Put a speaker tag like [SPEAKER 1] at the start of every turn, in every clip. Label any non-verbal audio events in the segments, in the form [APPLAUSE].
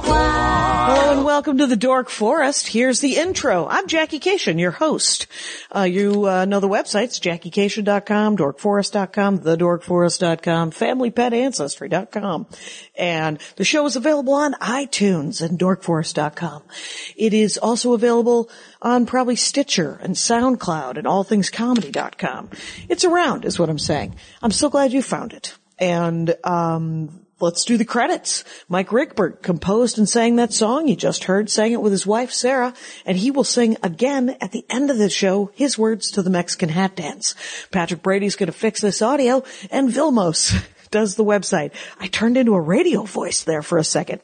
[SPEAKER 1] while.
[SPEAKER 2] Hello and welcome to the Dork Forest. Here's the intro. I'm Jackie Cation, your host. Uh, you uh, know the websites, jackiecation.com, dorkforest.com, thedorkforest.com, familypetancestry.com. And the show is available on iTunes and dorkforest.com. It is also available on probably Stitcher and SoundCloud and allthingscomedy.com. It's around is what I'm saying. I'm so glad you found it. And, um, let's do the credits. Mike Rickberg composed and sang that song you just heard, sang it with his wife Sarah, and he will sing again at the end of the show his words to the Mexican hat dance. Patrick Brady's gonna fix this audio, and Vilmos [LAUGHS] does the website. I turned into a radio voice there for a second.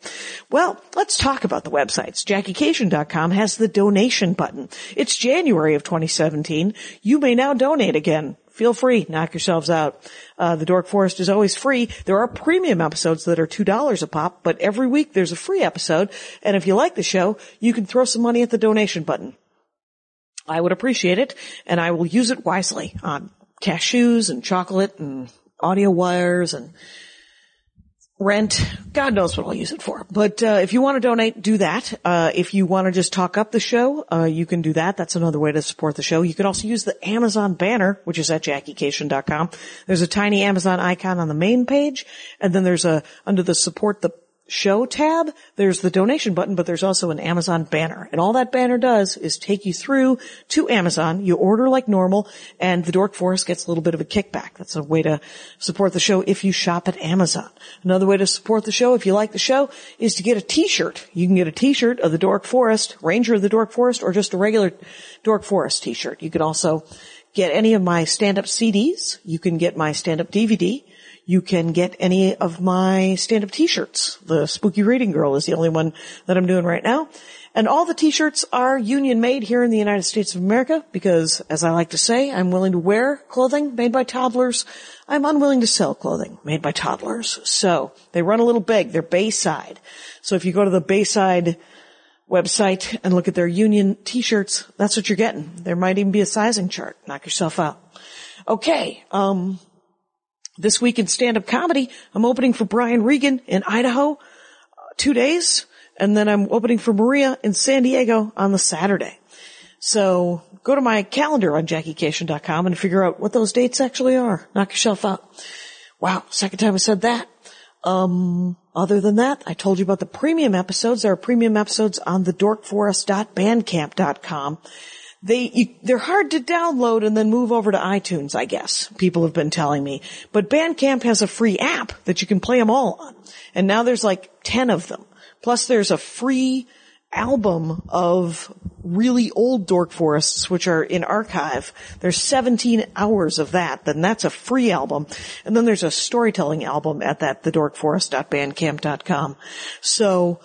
[SPEAKER 2] Well, let's talk about the websites. JackieCation.com has the donation button. It's January of 2017. You may now donate again feel free, knock yourselves out. Uh, the Dork Forest is always free. There are premium episodes that are $2 a pop, but every week there's a free episode. And if you like the show, you can throw some money at the donation button. I would appreciate it, and I will use it wisely on cashews and chocolate and audio wires and rent. God knows what I'll use it for. But uh, if you want to donate, do that. Uh, if you want to just talk up the show, uh, you can do that. That's another way to support the show. You can also use the Amazon banner, which is at JackieCation.com. There's a tiny Amazon icon on the main page, and then there's a under the support the show tab, there's the donation button, but there's also an Amazon banner. And all that banner does is take you through to Amazon. You order like normal and the Dork Forest gets a little bit of a kickback. That's a way to support the show if you shop at Amazon. Another way to support the show if you like the show is to get a t-shirt. You can get a t-shirt of the Dork Forest, Ranger of the Dork Forest, or just a regular Dork Forest t-shirt. You can also get any of my stand-up CDs. You can get my stand-up DVD. You can get any of my stand-up t-shirts. The Spooky Reading Girl is the only one that I'm doing right now. And all the t-shirts are union made here in the United States of America because, as I like to say, I'm willing to wear clothing made by toddlers. I'm unwilling to sell clothing made by toddlers. So they run a little big. They're Bayside. So if you go to the Bayside website and look at their union t-shirts, that's what you're getting. There might even be a sizing chart. Knock yourself out. Okay, um, this week in stand-up comedy, I'm opening for Brian Regan in Idaho, uh, two days, and then I'm opening for Maria in San Diego on the Saturday. So go to my calendar on JackieCation.com and figure out what those dates actually are. Knock yourself out. Wow, second time I said that. Um, other than that, I told you about the premium episodes. There are premium episodes on the dorkforest.bandcamp.com. They, you, they're hard to download and then move over to iTunes, I guess. People have been telling me. But Bandcamp has a free app that you can play them all on. And now there's like 10 of them. Plus there's a free album of really old dork forests, which are in archive. There's 17 hours of that. Then that's a free album. And then there's a storytelling album at that, thedorkforest.bandcamp.com. So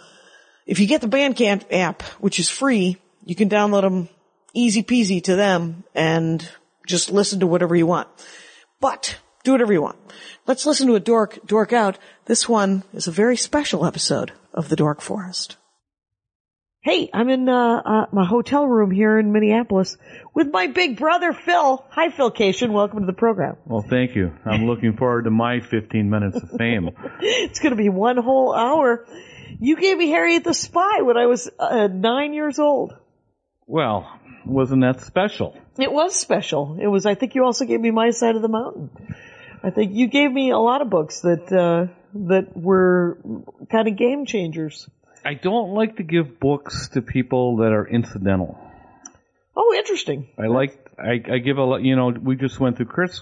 [SPEAKER 2] if you get the Bandcamp app, which is free, you can download them easy peasy to them and just listen to whatever you want. But do whatever you want. Let's listen to a dork dork out. This one is a very special episode of the Dork Forest. Hey, I'm in uh, uh, my hotel room here in Minneapolis with my big brother Phil. Hi, Phil Cation. Welcome to the program.
[SPEAKER 3] Well, thank you. I'm looking forward to my 15 minutes of fame.
[SPEAKER 2] It's going to be one whole hour. You gave me Harriet the Spy when I was uh, nine years old.
[SPEAKER 3] Well, wasn't that special?
[SPEAKER 2] It was special. It was. I think you also gave me My Side of the Mountain. I think you gave me a lot of books that uh, that were kind of game changers.
[SPEAKER 3] I don't like to give books to people that are incidental.
[SPEAKER 2] Oh, interesting.
[SPEAKER 3] I like I, I give a lot. You know, we just went through Chris,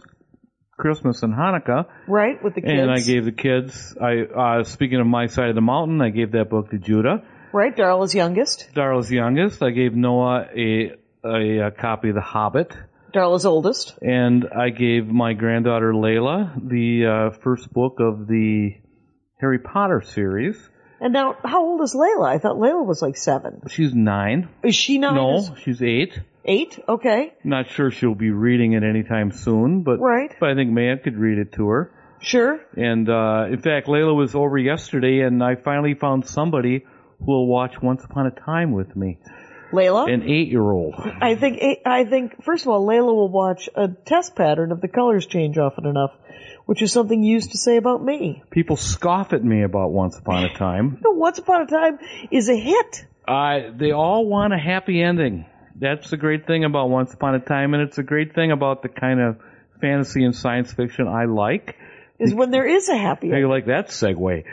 [SPEAKER 3] Christmas and Hanukkah,
[SPEAKER 2] Right with the kids.
[SPEAKER 3] and I gave the kids. I uh, speaking of my side of the mountain, I gave that book to Judah,
[SPEAKER 2] right Darla's youngest,
[SPEAKER 3] Darla's youngest. I gave Noah a a, a copy of The Hobbit.
[SPEAKER 2] Darla's oldest.
[SPEAKER 3] and I gave my granddaughter Layla the uh, first book of the Harry Potter series.
[SPEAKER 2] And now, how old is Layla? I thought Layla was like seven.
[SPEAKER 3] She's nine.
[SPEAKER 2] Is she
[SPEAKER 4] Oh,
[SPEAKER 2] nine?
[SPEAKER 3] No, she's eight.
[SPEAKER 2] Eight? Okay.
[SPEAKER 3] Not sure she'll be reading it anytime soon, but
[SPEAKER 2] Right.
[SPEAKER 3] but I think Maya could read it to her.
[SPEAKER 4] Sure.
[SPEAKER 3] And uh, in fact, Layla was over yesterday, and I finally found somebody who will watch Once Upon a Time with me,
[SPEAKER 4] Layla?
[SPEAKER 3] an eight-year-old.
[SPEAKER 4] I think, eh, I think, first of all, Layla will watch a test pattern if the colors change often enough, which is something you used to say about me.
[SPEAKER 3] People scoff at me about Once Upon a Time.
[SPEAKER 4] Once Upon a Time is a hit.
[SPEAKER 3] I, they all want a happy ending. That's the great thing about Once Upon a Time, and it's a great thing about the kind of fantasy and science fiction I like.
[SPEAKER 4] Is when there is a happy
[SPEAKER 3] You
[SPEAKER 4] end.
[SPEAKER 3] like that segue?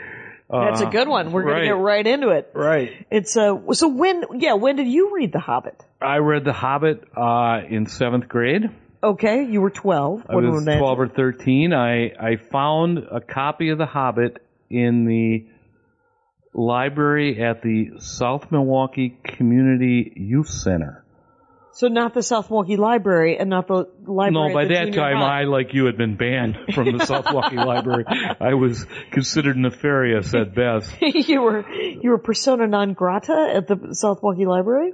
[SPEAKER 4] That's a good one. We're gonna
[SPEAKER 3] right.
[SPEAKER 4] get right into it.
[SPEAKER 3] Right.
[SPEAKER 4] It's uh so when yeah when did you read The Hobbit?
[SPEAKER 3] I read The Hobbit uh, in seventh grade.
[SPEAKER 4] Okay, you were twelve.
[SPEAKER 3] I was 12 or 13. I, I found a copy of The Hobbit in the library at the South Milwaukee Community Youth Center.
[SPEAKER 4] So not the South Milwaukee Library and not the library.
[SPEAKER 3] No,
[SPEAKER 4] at
[SPEAKER 3] by
[SPEAKER 4] the
[SPEAKER 3] that
[SPEAKER 4] junior
[SPEAKER 3] time,
[SPEAKER 4] high.
[SPEAKER 3] I, like you, had been banned from the
[SPEAKER 4] [LAUGHS]
[SPEAKER 3] South Milwaukee Library. I was considered nefarious at best.
[SPEAKER 4] [LAUGHS] you were you were persona non grata at the South Milwaukee Library.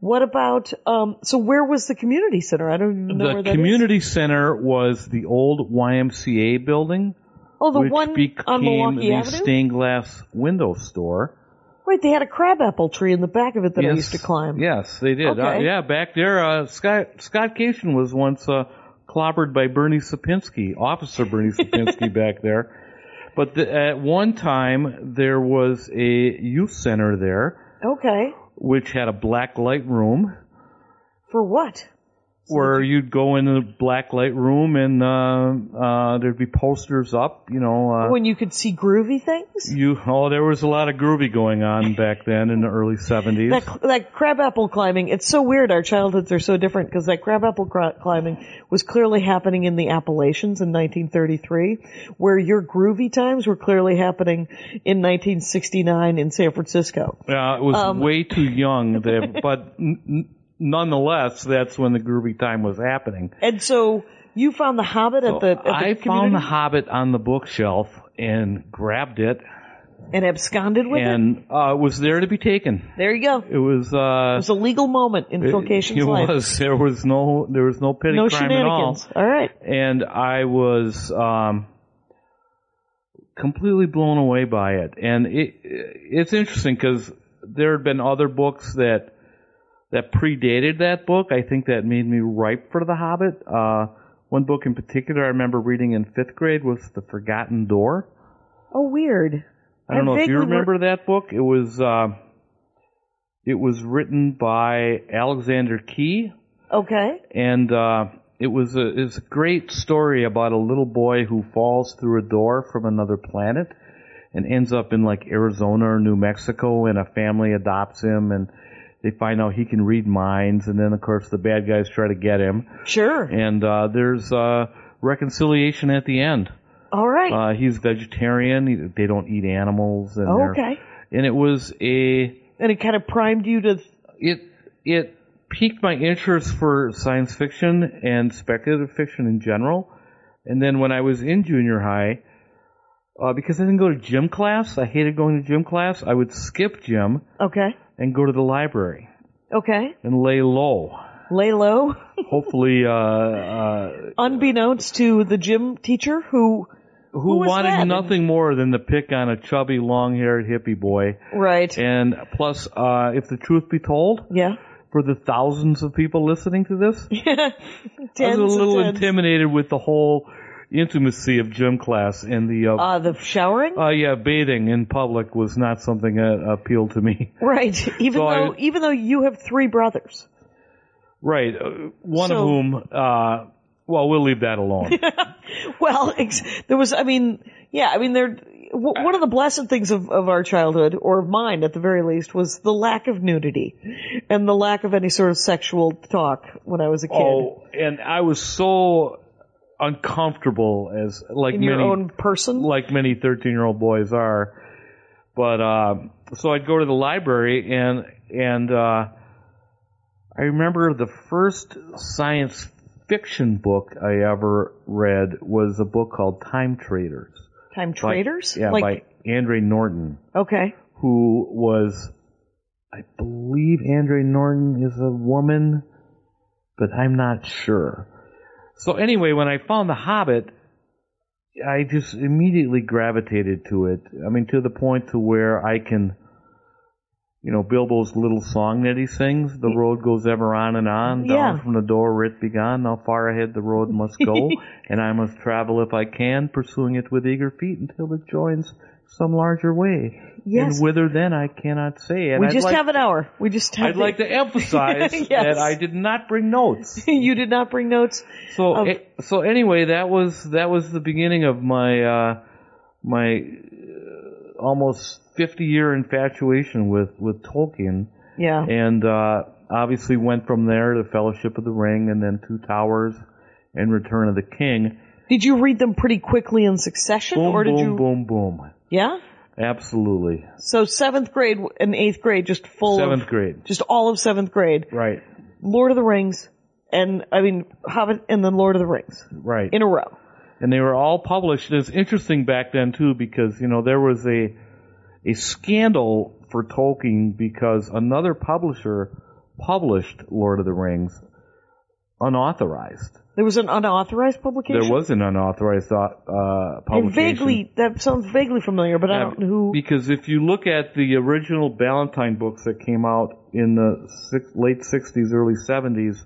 [SPEAKER 4] What about um? So where was the community center? I don't even know
[SPEAKER 3] The
[SPEAKER 4] where that is.
[SPEAKER 3] community center was the old YMCA building,
[SPEAKER 4] Oh, the
[SPEAKER 3] which
[SPEAKER 4] one on
[SPEAKER 3] became
[SPEAKER 4] Milwaukee
[SPEAKER 3] the
[SPEAKER 4] Avenue.
[SPEAKER 3] stained glass window store.
[SPEAKER 4] Wait, they had a crabapple tree in the back of it that I
[SPEAKER 3] Yes.
[SPEAKER 4] used to climb.
[SPEAKER 3] Yes, they did.
[SPEAKER 4] Okay.
[SPEAKER 3] Uh, yeah, back there, uh, Scott Scott Cation was once uh, clobbered by Bernie Sapinski, Officer Bernie
[SPEAKER 4] [LAUGHS]
[SPEAKER 3] Sapinski, back there. But the, at one time, there was a youth center there,
[SPEAKER 4] Okay.
[SPEAKER 3] which had a black light room
[SPEAKER 4] For what?
[SPEAKER 3] where you'd go in the black light room and uh, uh, there'd be posters up, you know. Uh,
[SPEAKER 4] When you could see groovy things.
[SPEAKER 3] you oh, there was a lot of groovy going on back then in the early seventies.
[SPEAKER 4] That that crabapple climbing. It's so weird. Our childhoods are so different because that crabapple cr- climbing was clearly happening in the Appalachians in 1933, where your groovy times were clearly happening in 1969 in San Francisco.
[SPEAKER 3] Yeah, Uh, it was
[SPEAKER 4] um,
[SPEAKER 3] way too
[SPEAKER 4] [LAUGHS]
[SPEAKER 3] young, there, but n- n- nonetheless, that's when the groovy time was happening.
[SPEAKER 4] And so you found the Hobbit at the, at the
[SPEAKER 3] I found
[SPEAKER 4] community
[SPEAKER 3] The Hobbit on the bookshelf and grabbed it,
[SPEAKER 4] and absconded with it.
[SPEAKER 3] and uh, it was there to be taken.
[SPEAKER 4] There you go. It
[SPEAKER 3] It was. Uh,
[SPEAKER 4] was a legal moment in Phil Cation's
[SPEAKER 3] it
[SPEAKER 4] life.
[SPEAKER 3] was. There was no. There was no petty
[SPEAKER 4] no
[SPEAKER 3] crime at all,
[SPEAKER 4] shenanigans. All right.
[SPEAKER 3] and I was um, completely blown away by it. And it it's interesting because there had been other books that that predated that book. I think that made me ripe for The Hobbit. Uh, one book in particular I remember reading in fifth grade was The Forgotten Door.
[SPEAKER 4] Oh, weird.
[SPEAKER 3] I don't
[SPEAKER 4] I
[SPEAKER 3] know if
[SPEAKER 4] vaguely
[SPEAKER 3] you
[SPEAKER 4] re-
[SPEAKER 3] remember that book. It was uh, it was written by Alexander Key,
[SPEAKER 4] Okay.
[SPEAKER 3] and uh, it was a it's a great story about a little boy who falls through a door from another planet and ends up in like Arizona or New Mexico, and a family adopts him, and they find out he can read minds, and then of course the bad guys try to get him,
[SPEAKER 4] Sure.
[SPEAKER 3] and uh, there's uh, reconciliation at the end.
[SPEAKER 4] All right.
[SPEAKER 3] Uh, he's vegetarian; he- they don't eat animals, and they're-
[SPEAKER 4] Oh, okay.
[SPEAKER 3] and it was a
[SPEAKER 4] And it kind of primed you to
[SPEAKER 3] it it piqued my interest for science fiction and speculative fiction in general. And then when I was in junior high, uh, because I didn't go to gym class, I hated going to gym class. I would skip gym
[SPEAKER 4] Okay.
[SPEAKER 3] and go to the library
[SPEAKER 4] Okay.
[SPEAKER 3] and lay low.
[SPEAKER 4] Lay low, [LAUGHS]
[SPEAKER 3] Hopefully, uh, uh,
[SPEAKER 4] unbeknownst to the gym teacher who,
[SPEAKER 3] who,
[SPEAKER 4] was
[SPEAKER 3] wanted
[SPEAKER 4] that?
[SPEAKER 3] nothing more than to pick on a chubby, long-haired hippie boy.
[SPEAKER 4] right?
[SPEAKER 3] And plus, uh, if the truth be told,
[SPEAKER 4] yeah.
[SPEAKER 3] for the thousands of people listening to this, I
[SPEAKER 4] Tens
[SPEAKER 3] was a little
[SPEAKER 4] and tens.
[SPEAKER 3] intimidated with the whole intimacy of gym class and the uh,
[SPEAKER 4] Uh, the showering,
[SPEAKER 3] uh, yeah bathing in public was not something that appealed to me.
[SPEAKER 4] right? [LAUGHS] Even
[SPEAKER 3] so I-
[SPEAKER 4] though, even though you have three brothers,
[SPEAKER 3] [LAUGHS]
[SPEAKER 4] [LAUGHS]
[SPEAKER 3] Right, uh, one of
[SPEAKER 4] So-
[SPEAKER 3] whom. Uh, well, we'll leave that [LAUGHS] alone.
[SPEAKER 4] well, [LAUGHS] ex- there was. I mean, yeah. I mean, there. W- one of the blessed things of, of our childhood, or of mine at the very least, was the lack of nudity and the lack of any sort of sexual talk when I was a kid.
[SPEAKER 3] oh, and I was so uncomfortable as like
[SPEAKER 4] in
[SPEAKER 3] many
[SPEAKER 4] your own person,
[SPEAKER 3] like many 13 year old boys are. But uh, so I'd go to the library and and uh, I remember the first science fiction book I ever read was a book called Time Traders.
[SPEAKER 4] time traders,
[SPEAKER 3] Yeah,
[SPEAKER 4] like
[SPEAKER 3] by Andre Norton,
[SPEAKER 4] okay,
[SPEAKER 3] who was, I believe Andre Norton is a woman, but I'm not sure. So anyway, when I found The Hobbit, I just immediately gravitated to it. I mean, to the point to where I can, you know, Bilbo's little song that he sings, "The road goes ever on and on,
[SPEAKER 4] Yeah.
[SPEAKER 3] down from the door where it began. How far ahead the road must
[SPEAKER 4] [LAUGHS]
[SPEAKER 3] go, and I must travel if I can, pursuing it with eager feet until it joins some larger way.
[SPEAKER 4] Yes.
[SPEAKER 3] and whither then I cannot say." And
[SPEAKER 4] We
[SPEAKER 3] I'd
[SPEAKER 4] just
[SPEAKER 3] like,
[SPEAKER 4] have an hour. We just have
[SPEAKER 3] I'd like to emphasize
[SPEAKER 4] [LAUGHS] Yes.
[SPEAKER 3] that I did not bring notes.
[SPEAKER 4] [LAUGHS] you did not bring notes.
[SPEAKER 3] So
[SPEAKER 4] of-
[SPEAKER 3] a- so anyway, that was that was the beginning of my uh, my uh, almost fifty year infatuation with with Tolkien,
[SPEAKER 4] Yeah.
[SPEAKER 3] and uh, obviously went from there to Fellowship of the Ring, and then Two Towers, and Return of the King.
[SPEAKER 4] Did you read them pretty quickly in succession,
[SPEAKER 3] Boom,
[SPEAKER 4] or did
[SPEAKER 3] boom,
[SPEAKER 4] you?
[SPEAKER 3] boom, boom.
[SPEAKER 4] Yeah.
[SPEAKER 3] Absolutely.
[SPEAKER 4] So seventh grade and eighth grade, just full
[SPEAKER 3] Seventh
[SPEAKER 4] of
[SPEAKER 3] grade.
[SPEAKER 4] just all of seventh grade.
[SPEAKER 3] Right.
[SPEAKER 4] Lord of the Rings, and I mean Hobbit, and then Lord of the Rings
[SPEAKER 3] Right.
[SPEAKER 4] in a row.
[SPEAKER 3] and they were all published. It's interesting back then too because you know there was a a scandal for Tolkien because another publisher published Lord of the Rings unauthorized.
[SPEAKER 4] There was an unauthorized publication.
[SPEAKER 3] There was an unauthorized uh,
[SPEAKER 4] And
[SPEAKER 3] publication.
[SPEAKER 4] vaguely, that sounds vaguely familiar, but I don't know who.
[SPEAKER 3] Because if you look at the original Ballantine books that came out in the six, late 60s, early 70s,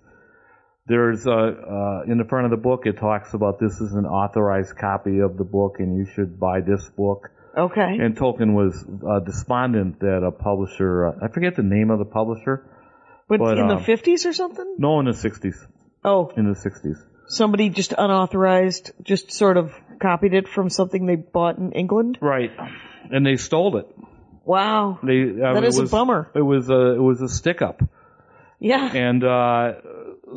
[SPEAKER 3] there's uh, uh, in the front of the book it talks about this is an authorized copy of the book and you should buy this book.
[SPEAKER 4] Okay.
[SPEAKER 3] And Tolkien was uh, despondent that a publisher, uh, I forget the name of the publisher,
[SPEAKER 4] but,
[SPEAKER 3] but, um,
[SPEAKER 4] in the 50s or something?
[SPEAKER 3] no, in the 60s,
[SPEAKER 4] Oh,
[SPEAKER 3] in the 60s.
[SPEAKER 4] somebody just unauthorized, just sort of copied it from something they bought in England.
[SPEAKER 3] Right. And they stole it.
[SPEAKER 4] Wow.
[SPEAKER 3] They, uh,
[SPEAKER 4] That
[SPEAKER 3] it
[SPEAKER 4] is a
[SPEAKER 3] was-
[SPEAKER 4] bummer.
[SPEAKER 3] It was a, it was a stick up.
[SPEAKER 4] Yeah.
[SPEAKER 3] And uh,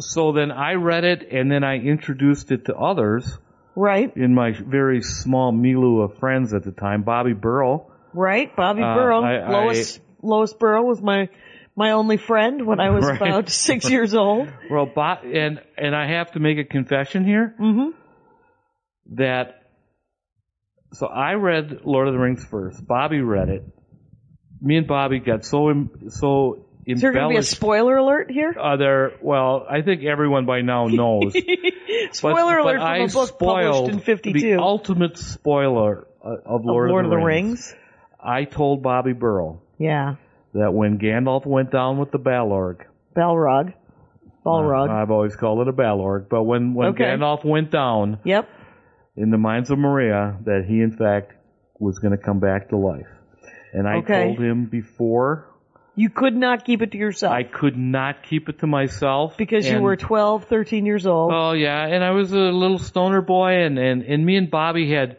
[SPEAKER 3] so then I read it, and then I introduced it to others
[SPEAKER 4] Right.
[SPEAKER 3] in my very small milieu of friends at the time. Bobby Burrow,
[SPEAKER 4] Right. Bobby
[SPEAKER 3] Uh,
[SPEAKER 4] Burrow.
[SPEAKER 3] I- I-
[SPEAKER 4] Lois Lois Burrow was my my only friend when I was
[SPEAKER 3] [LAUGHS] Right.
[SPEAKER 4] about six years old.
[SPEAKER 3] well, Bo- and and I have to make a confession here
[SPEAKER 4] Mhm.
[SPEAKER 3] that. So I read Lord of the Rings first. Bobby read it. Me and Bobby got so Im- so
[SPEAKER 4] Is there going to be a
[SPEAKER 3] embellished.
[SPEAKER 4] spoiler alert here?
[SPEAKER 3] uh, there, well, I think everyone by
[SPEAKER 4] [LAUGHS]
[SPEAKER 3] now knows. But-
[SPEAKER 4] Spoiler
[SPEAKER 3] but
[SPEAKER 4] alert from
[SPEAKER 3] I
[SPEAKER 4] a book
[SPEAKER 3] spoiled
[SPEAKER 4] published in 52.
[SPEAKER 3] The ultimate spoiler uh, of Lord,
[SPEAKER 4] Lord,
[SPEAKER 3] of the, Rings. I told Bobby Burrow
[SPEAKER 4] Yeah.
[SPEAKER 3] that when Gandalf went down with the Balrog,
[SPEAKER 4] Balrog. Balrog.
[SPEAKER 3] I've always called it a Balrog, but when, when
[SPEAKER 4] Okay.
[SPEAKER 3] Gandalf went down
[SPEAKER 4] yep.
[SPEAKER 3] in the minds of Maria, that he in fact was going to come back to life. And I
[SPEAKER 4] Okay.
[SPEAKER 3] told him before,
[SPEAKER 4] You could not keep it to yourself
[SPEAKER 3] I could not keep it to myself.
[SPEAKER 4] because you
[SPEAKER 3] and-
[SPEAKER 4] were 12, 13 years old.
[SPEAKER 3] Oh yeah, and I was a little stoner boy, and and and me and Bobby had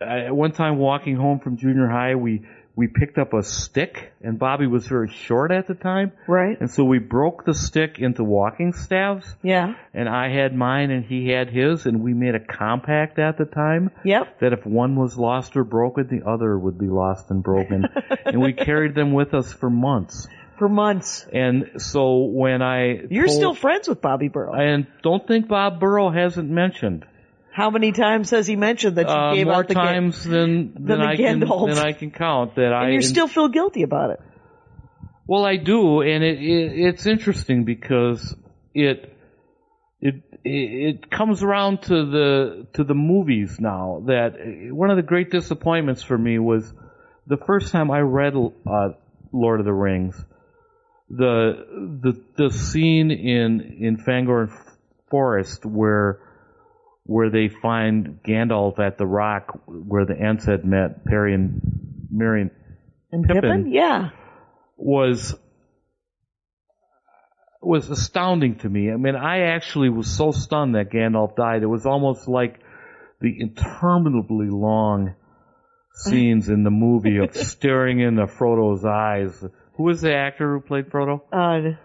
[SPEAKER 3] I, at one time walking home from junior high, we we picked up a stick, and Bobby was very short at the time,
[SPEAKER 4] right?
[SPEAKER 3] and so we broke the stick into walking staves,
[SPEAKER 4] Yeah.
[SPEAKER 3] and I had mine, and he had his, and we made a compact at the time.
[SPEAKER 4] Yep.
[SPEAKER 3] That if one was lost or broken, the other would be lost and
[SPEAKER 4] [LAUGHS]
[SPEAKER 3] broken. and we carried them with us for months.
[SPEAKER 4] For months.
[SPEAKER 3] And so when I.
[SPEAKER 4] You're
[SPEAKER 3] told-
[SPEAKER 4] still friends with Bobby Burrow.
[SPEAKER 3] And don't think Bob Burrow hasn't mentioned.
[SPEAKER 4] How many times has he mentioned that you
[SPEAKER 3] Uh,
[SPEAKER 4] gave
[SPEAKER 3] more
[SPEAKER 4] out the game?
[SPEAKER 3] times than than,
[SPEAKER 4] the
[SPEAKER 3] I can
[SPEAKER 4] Gandalf.
[SPEAKER 3] than I can count that I
[SPEAKER 4] And you still feel guilty about it.
[SPEAKER 3] well I do and it, it it's interesting because it it it comes around to the to the movies now that uh, one of the great disappointments for me was the first time I read uh, Lord of the Rings the the the scene in in Fangorn Forest where where they find Gandalf at the rock where the Ents had met Perry and Marion
[SPEAKER 4] And Pippin?
[SPEAKER 3] Pippin.
[SPEAKER 4] Yeah.
[SPEAKER 3] was was astounding to me. I mean, I actually was so stunned that Gandalf died. It was almost like the interminably long scenes in the movie
[SPEAKER 4] [LAUGHS]
[SPEAKER 3] of staring into Frodo's eyes. Who was the actor who played Frodo?
[SPEAKER 4] Uh,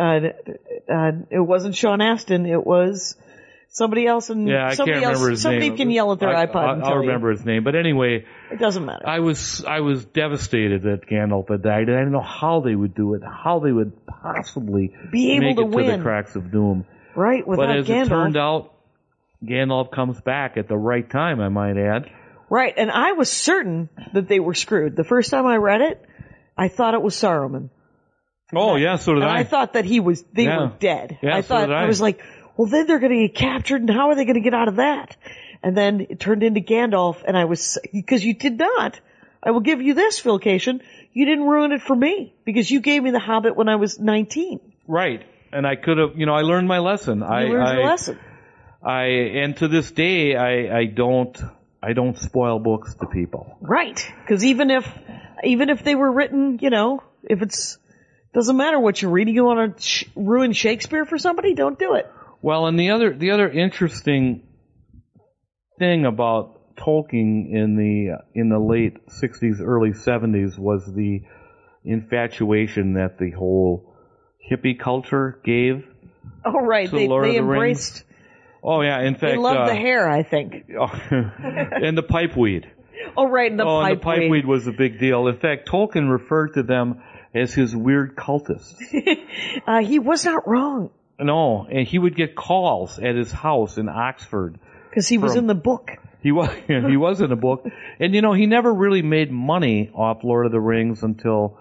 [SPEAKER 4] uh, uh, it wasn't Sean Astin. It was somebody else. And
[SPEAKER 3] Yeah, I
[SPEAKER 4] somebody
[SPEAKER 3] can't remember
[SPEAKER 4] else,
[SPEAKER 3] his
[SPEAKER 4] somebody
[SPEAKER 3] name.
[SPEAKER 4] can yell at their
[SPEAKER 3] I,
[SPEAKER 4] iPod. and
[SPEAKER 3] I,
[SPEAKER 4] tell
[SPEAKER 3] will
[SPEAKER 4] you.
[SPEAKER 3] remember Uh, his name. But anyway,
[SPEAKER 4] It doesn't matter.
[SPEAKER 3] I was I was devastated that Gandalf had died, and I didn't know how they would do it, how they would possibly
[SPEAKER 4] Be able
[SPEAKER 3] make
[SPEAKER 4] to
[SPEAKER 3] it to
[SPEAKER 4] win.
[SPEAKER 3] the cracks of doom.
[SPEAKER 4] right? Without
[SPEAKER 3] But as
[SPEAKER 4] Gandalf.
[SPEAKER 3] it turned out, Gandalf comes back at the right time, I might add.
[SPEAKER 4] Right, and I was certain that they were screwed. The first time I read it, I thought it was Saruman.
[SPEAKER 3] Oh yeah, so did
[SPEAKER 4] And I thought that he was, they
[SPEAKER 3] Yeah.
[SPEAKER 4] were dead.
[SPEAKER 3] Yeah,
[SPEAKER 4] I
[SPEAKER 3] so
[SPEAKER 4] thought,
[SPEAKER 3] did I.
[SPEAKER 4] was like, well then they're gonna get captured and how are they gonna get out of that? and then it turned into Gandalf, and I was because you did not. I will give you this, Philcation. You didn't ruin it for me because you gave me The Hobbit when I was 19.
[SPEAKER 3] Right. And I could have, you know, I learned my lesson. I,
[SPEAKER 4] You learned
[SPEAKER 3] I,
[SPEAKER 4] your lesson.
[SPEAKER 3] I, and to this day, I, I don't, I don't spoil books to people.
[SPEAKER 4] Right. Because even if, even if they were written, you know, if it's, doesn't matter what you're reading, you want to sh- ruin Shakespeare for somebody, don't do it.
[SPEAKER 3] Well, and the other the other interesting thing about Tolkien in the in the late '60s, early '70s was the infatuation that the whole hippie culture gave.
[SPEAKER 4] Oh, right.
[SPEAKER 3] So
[SPEAKER 4] They,
[SPEAKER 3] Lord of
[SPEAKER 4] they
[SPEAKER 3] the Rings.
[SPEAKER 4] embraced,
[SPEAKER 3] Oh yeah, in fact,
[SPEAKER 4] they loved
[SPEAKER 3] uh,
[SPEAKER 4] the hair, I think.
[SPEAKER 3] and the pipeweed.
[SPEAKER 4] Oh, right. And the
[SPEAKER 3] oh, and the
[SPEAKER 4] pipeweed.
[SPEAKER 3] pipeweed was a big deal. In fact, Tolkien referred to them as his weird cultists.
[SPEAKER 4] Uh, he was not wrong
[SPEAKER 3] no, and he would get calls at his house in Oxford
[SPEAKER 4] because he was
[SPEAKER 3] From-
[SPEAKER 4] in the book.
[SPEAKER 3] He [LAUGHS] was he was in a book, and you know he never really made money off Lord of the Rings until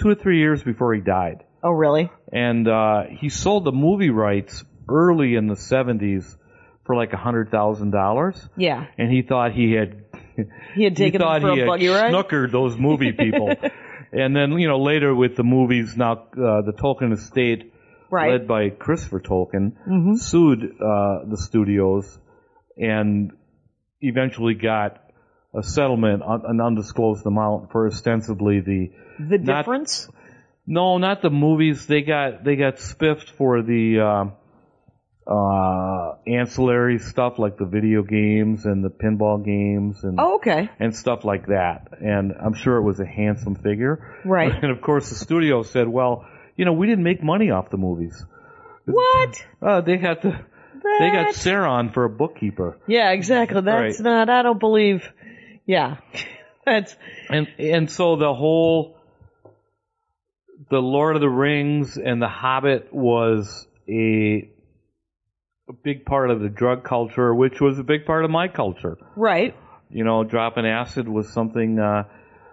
[SPEAKER 3] two or three years before he died,
[SPEAKER 4] Oh, really?
[SPEAKER 3] and uh, he sold the movie rights early in the seventies for like a hundred thousand dollars,
[SPEAKER 4] Yeah.
[SPEAKER 3] and he thought he had
[SPEAKER 4] He had
[SPEAKER 3] he
[SPEAKER 4] taken them
[SPEAKER 3] thought
[SPEAKER 4] for
[SPEAKER 3] he
[SPEAKER 4] a
[SPEAKER 3] had
[SPEAKER 4] buggy ride.
[SPEAKER 3] snookered those
[SPEAKER 4] [LAUGHS]
[SPEAKER 3] movie people, and then you know later with the movies now uh, the Tolkien estate
[SPEAKER 4] right. Mm-hmm.
[SPEAKER 3] led by Christopher Tolkien, sued uh, the studios and eventually got a settlement, on an undisclosed amount for ostensibly the
[SPEAKER 4] the
[SPEAKER 3] not-
[SPEAKER 4] difference?
[SPEAKER 3] [LAUGHS] no, not the movies. They got they got spiffed for the uh, uh, ancillary stuff like the video games and the pinball games and
[SPEAKER 4] oh, okay.
[SPEAKER 3] and stuff like that. And I'm sure it was a handsome figure.
[SPEAKER 4] Right.
[SPEAKER 3] [LAUGHS] And of course, the studio said, well, you know, we didn't make money off the movies.
[SPEAKER 4] What?
[SPEAKER 3] Oh, they got the they got
[SPEAKER 4] That-
[SPEAKER 3] Saron for a bookkeeper,
[SPEAKER 4] Yeah, exactly. That's
[SPEAKER 3] Right.
[SPEAKER 4] not, I don't believe. Yeah. [LAUGHS] That's,
[SPEAKER 3] and and so the whole the Lord of the Rings and the Hobbit was a, a big part of the drug culture, which was a big part of my culture.
[SPEAKER 4] right.
[SPEAKER 3] You know, dropping acid was something. Uh,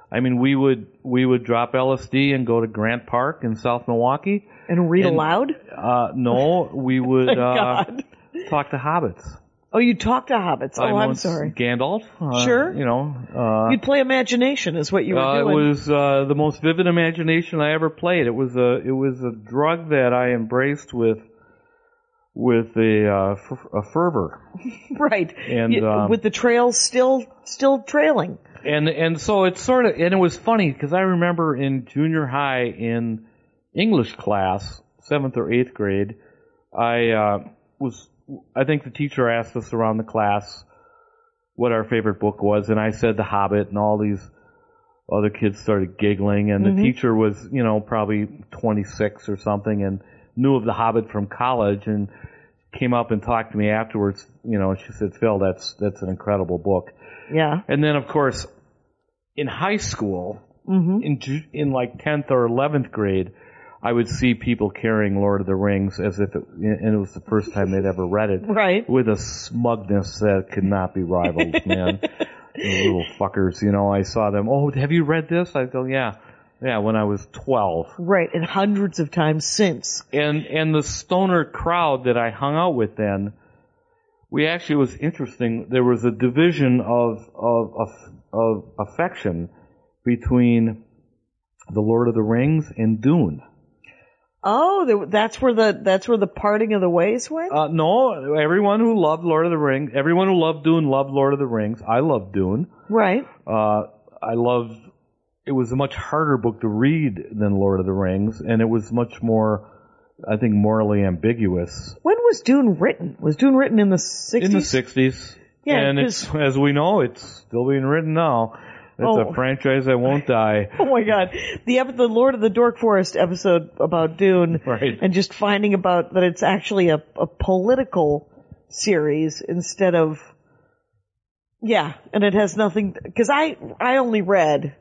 [SPEAKER 3] I mean, we would we would drop LSD and go to Grant Park in South Milwaukee.
[SPEAKER 4] And read
[SPEAKER 3] And-
[SPEAKER 4] aloud?
[SPEAKER 3] Uh, no,
[SPEAKER 4] [LAUGHS]
[SPEAKER 3] we would uh,
[SPEAKER 4] God.
[SPEAKER 3] talk to hobbits.
[SPEAKER 4] Oh, you talk to hobbits. Oh,
[SPEAKER 3] I
[SPEAKER 4] I'm
[SPEAKER 3] once-
[SPEAKER 4] sorry.
[SPEAKER 3] Gandalf. uh,
[SPEAKER 4] Sure.
[SPEAKER 3] You know, uh,
[SPEAKER 4] You'd play imagination is what you were
[SPEAKER 3] Uh, it
[SPEAKER 4] doing.
[SPEAKER 3] was uh, the most vivid imagination I ever played. It was a it was a drug that I embraced with with a, uh, f- a fervor,
[SPEAKER 4] [LAUGHS] right.
[SPEAKER 3] and,
[SPEAKER 4] You-
[SPEAKER 3] um,
[SPEAKER 4] with the trails still still trailing.
[SPEAKER 3] and and so it's sort of and it was funny because I remember in junior high in English class, seventh or eighth grade, I uh, was I think the teacher asked us around the class what our favorite book was, and I said The Hobbit, and all these other kids started giggling, and the teacher was, you know, probably 26 or something, and knew of The Hobbit from college, and came up and talked to me afterwards. You know, she said, "Phil, that's that's an incredible book."
[SPEAKER 4] Yeah.
[SPEAKER 3] And then, of course, in high school, in ju in like tenth or eleventh grade, I would see people carrying Lord of the Rings as if it, and it was the first time they'd ever read it,
[SPEAKER 4] Right.
[SPEAKER 3] With a smugness that could not be rivaled, man. Those little fuckers, you know. I saw them. Oh, have you read this? I go, yeah, yeah. When I was twelve,
[SPEAKER 4] Right. And hundreds of times since.
[SPEAKER 3] and and the stoner crowd that I hung out with then, we actually it was interesting. There was a division of of of, of affection between the Lord of the Rings and Dune.
[SPEAKER 4] Oh, there, that's where the that's where the parting of the ways went.
[SPEAKER 3] Uh, no, everyone who loved Lord of the Rings, everyone who loved Dune loved Lord of the Rings. I loved Dune.
[SPEAKER 4] right.
[SPEAKER 3] Uh, I loved. It was a much harder book to read than Lord of the Rings, and it was much more, I think, morally ambiguous.
[SPEAKER 4] When was Dune written? Was Dune written in the sixties?
[SPEAKER 3] in the sixties.
[SPEAKER 4] Yeah,
[SPEAKER 3] and
[SPEAKER 4] 'cause-
[SPEAKER 3] it's as we know, it's still being written now. It's
[SPEAKER 4] Oh.
[SPEAKER 3] a franchise that won't die.
[SPEAKER 4] [LAUGHS] Oh my God! The ep- the Lord of the Dork Forest episode about Dune,
[SPEAKER 3] Right.
[SPEAKER 4] And just finding about that it's actually a, a political series instead of yeah, and it has nothing because I I only read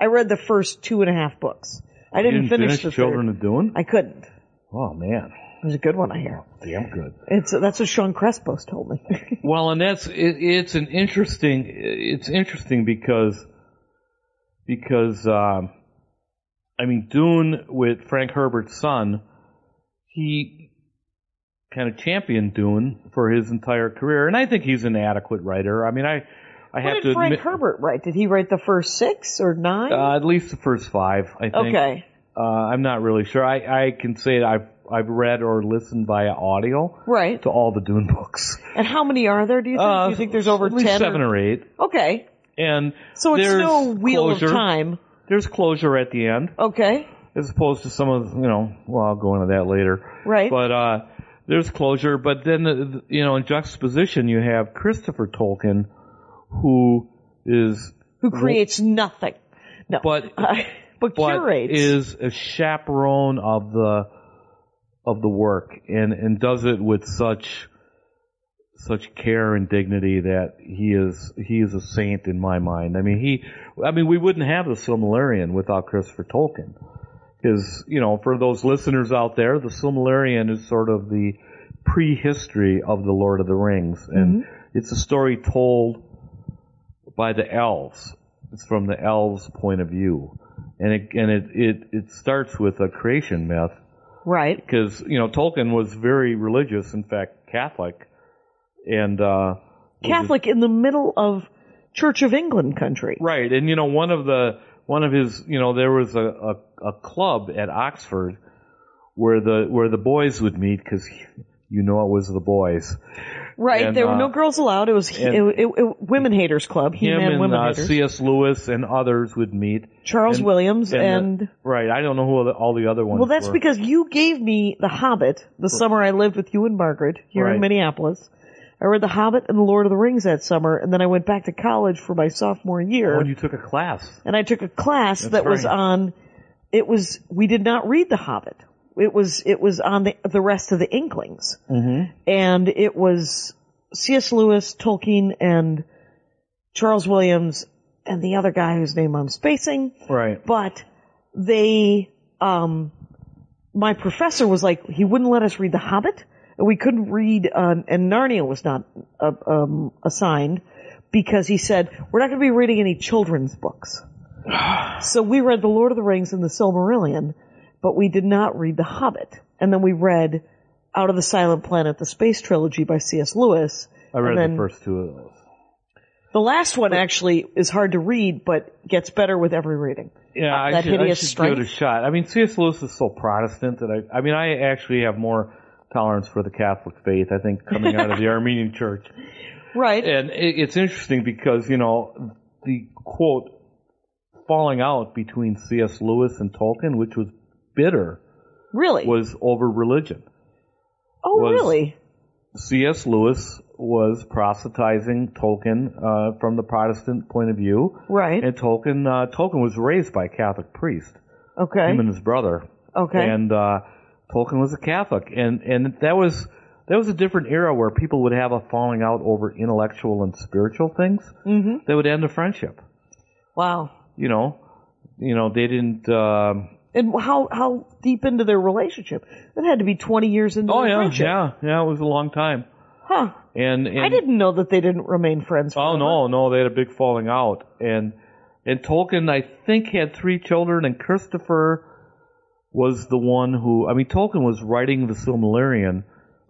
[SPEAKER 4] I read the first two and a half books. I
[SPEAKER 3] You
[SPEAKER 4] didn't, finish, the
[SPEAKER 3] Children
[SPEAKER 4] Third.
[SPEAKER 3] of Dune.
[SPEAKER 4] I couldn't.
[SPEAKER 3] Oh man,
[SPEAKER 4] It was a good one, I hear.
[SPEAKER 3] damn good.
[SPEAKER 4] It's that's what Sean Crespos told me. [LAUGHS]
[SPEAKER 3] Well, and that's it, it's an interesting. It's interesting because because um, I mean Dune with Frank Herbert's son, he kind of championed Dune for his entire career, and I think he's an adequate writer. I mean, I I
[SPEAKER 4] What
[SPEAKER 3] have
[SPEAKER 4] did
[SPEAKER 3] to
[SPEAKER 4] Frank
[SPEAKER 3] admit,
[SPEAKER 4] Herbert write? Did he write the first six or nine?
[SPEAKER 3] uh, at least the first five. I think.
[SPEAKER 4] okay.
[SPEAKER 3] Uh, I'm not really sure. I, I can say that I've I've read or listened via audio
[SPEAKER 4] Right.
[SPEAKER 3] to all the Dune books.
[SPEAKER 4] And how many are there, do you think? do you think there's over
[SPEAKER 3] Uh, at least
[SPEAKER 4] 10?
[SPEAKER 3] seven or eight?
[SPEAKER 4] Okay.
[SPEAKER 3] And
[SPEAKER 4] So it's
[SPEAKER 3] there's
[SPEAKER 4] no wheel
[SPEAKER 3] closure.
[SPEAKER 4] of time.
[SPEAKER 3] There's closure at the end,
[SPEAKER 4] Okay.
[SPEAKER 3] as opposed to some of you know. Well, I'll go into that later.
[SPEAKER 4] Right.
[SPEAKER 3] But uh, there's closure. But then the, the- you know, in juxtaposition, you have Christopher Tolkien, who is
[SPEAKER 4] Who creates nothing. No. [LAUGHS] Uh,
[SPEAKER 3] but but
[SPEAKER 4] but curates.
[SPEAKER 3] is a chaperone of the of the work and and does it with such such care and dignity that he is he is a saint in my mind. I mean he I mean we wouldn't have the Silmarillion without Christopher Tolkien. His you know for those listeners out there, the Silmarillion is sort of the prehistory of the Lord of the Rings and it's a story told by the elves. It's from the elves' point of view, and it and it it, it starts with a creation myth
[SPEAKER 4] right.
[SPEAKER 3] because you know Tolkien was very religious, in fact Catholic, and uh,
[SPEAKER 4] Catholic in the middle of Church of England country.
[SPEAKER 3] right, and you know one of the one of his you know there was a a, a club at Oxford where the where the boys would meet because you know it was the boys.
[SPEAKER 4] Right.
[SPEAKER 3] And,
[SPEAKER 4] there were
[SPEAKER 3] uh,
[SPEAKER 4] no girls allowed. It was he,
[SPEAKER 3] and-
[SPEAKER 4] it, it- it- Women Haters Club. He
[SPEAKER 3] Him
[SPEAKER 4] Man
[SPEAKER 3] and
[SPEAKER 4] Women
[SPEAKER 3] uh,
[SPEAKER 4] Haters.
[SPEAKER 3] C.S. Lewis and others would meet.
[SPEAKER 4] Charles
[SPEAKER 3] and- uh,
[SPEAKER 4] Williams and,
[SPEAKER 3] the- right, I don't know who all the, all the other ones.
[SPEAKER 4] well, that's
[SPEAKER 3] were.
[SPEAKER 4] because you gave me The Hobbit the summer I lived with you and Margaret here
[SPEAKER 3] Right.
[SPEAKER 4] in Minneapolis. I read The Hobbit and The Lord of the Rings that summer, and then I went back to college for my sophomore year.
[SPEAKER 3] when you took a class.
[SPEAKER 4] and I took a class that was
[SPEAKER 3] right.
[SPEAKER 4] on. It was we did not read The Hobbit. It was it was on the the rest of the Inklings, mm-hmm. and it was C.S. Lewis, Tolkien, and Charles Williams, and the other guy whose name I'm spacing.
[SPEAKER 3] Right.
[SPEAKER 4] But they, um, my professor was like he wouldn't let us read The Hobbit, and we couldn't read, uh, and Narnia was not uh, um, assigned because he said we're not going to be reading any children's books. So we read The Lord of the Rings and The Silmarillion, but we did not read The Hobbit. And then we read Out of the Silent Planet, the Space Trilogy by C.S. Lewis.
[SPEAKER 3] I read
[SPEAKER 4] and then
[SPEAKER 3] the first two of those.
[SPEAKER 4] The last one actually is hard to read, but gets better with every reading.
[SPEAKER 3] Yeah, I
[SPEAKER 4] that
[SPEAKER 3] should, I
[SPEAKER 4] hideous
[SPEAKER 3] should
[SPEAKER 4] strength.
[SPEAKER 3] give it a shot. I mean, C.S. Lewis is so Protestant that I, I mean, I actually have more tolerance for the Catholic faith. I think coming out of
[SPEAKER 4] [LAUGHS]
[SPEAKER 3] the Armenian Church,
[SPEAKER 4] Right.
[SPEAKER 3] and it, it's interesting because you know the quote falling out between C.S. Lewis and Tolkien, which was bitter,
[SPEAKER 4] really?
[SPEAKER 3] was over religion.
[SPEAKER 4] oh,
[SPEAKER 3] was-
[SPEAKER 4] really?
[SPEAKER 3] C.S. Lewis was proselytizing Tolkien uh, from the Protestant point of view,
[SPEAKER 4] Right.
[SPEAKER 3] and Tolkien uh, Tolkien was raised by a Catholic priest.
[SPEAKER 4] okay.
[SPEAKER 3] him and his brother.
[SPEAKER 4] Okay.
[SPEAKER 3] And uh, Tolkien was a Catholic, and and that was that was a different era where people would have a falling out over intellectual and spiritual things mm-hmm. that would end a friendship.
[SPEAKER 4] wow.
[SPEAKER 3] You know, you know they didn't. Um,
[SPEAKER 4] And how how deep into their relationship? That had to be twenty years into
[SPEAKER 3] oh
[SPEAKER 4] their
[SPEAKER 3] yeah,
[SPEAKER 4] friendship.
[SPEAKER 3] yeah, yeah. It was a long time,
[SPEAKER 4] Huh.
[SPEAKER 3] and, and
[SPEAKER 4] I didn't know that they didn't remain friends.
[SPEAKER 3] Oh
[SPEAKER 4] forever.
[SPEAKER 3] no, no, they had a big falling out, and and Tolkien I think had three children, and Christopher was the one who I mean Tolkien was writing the Silmarillion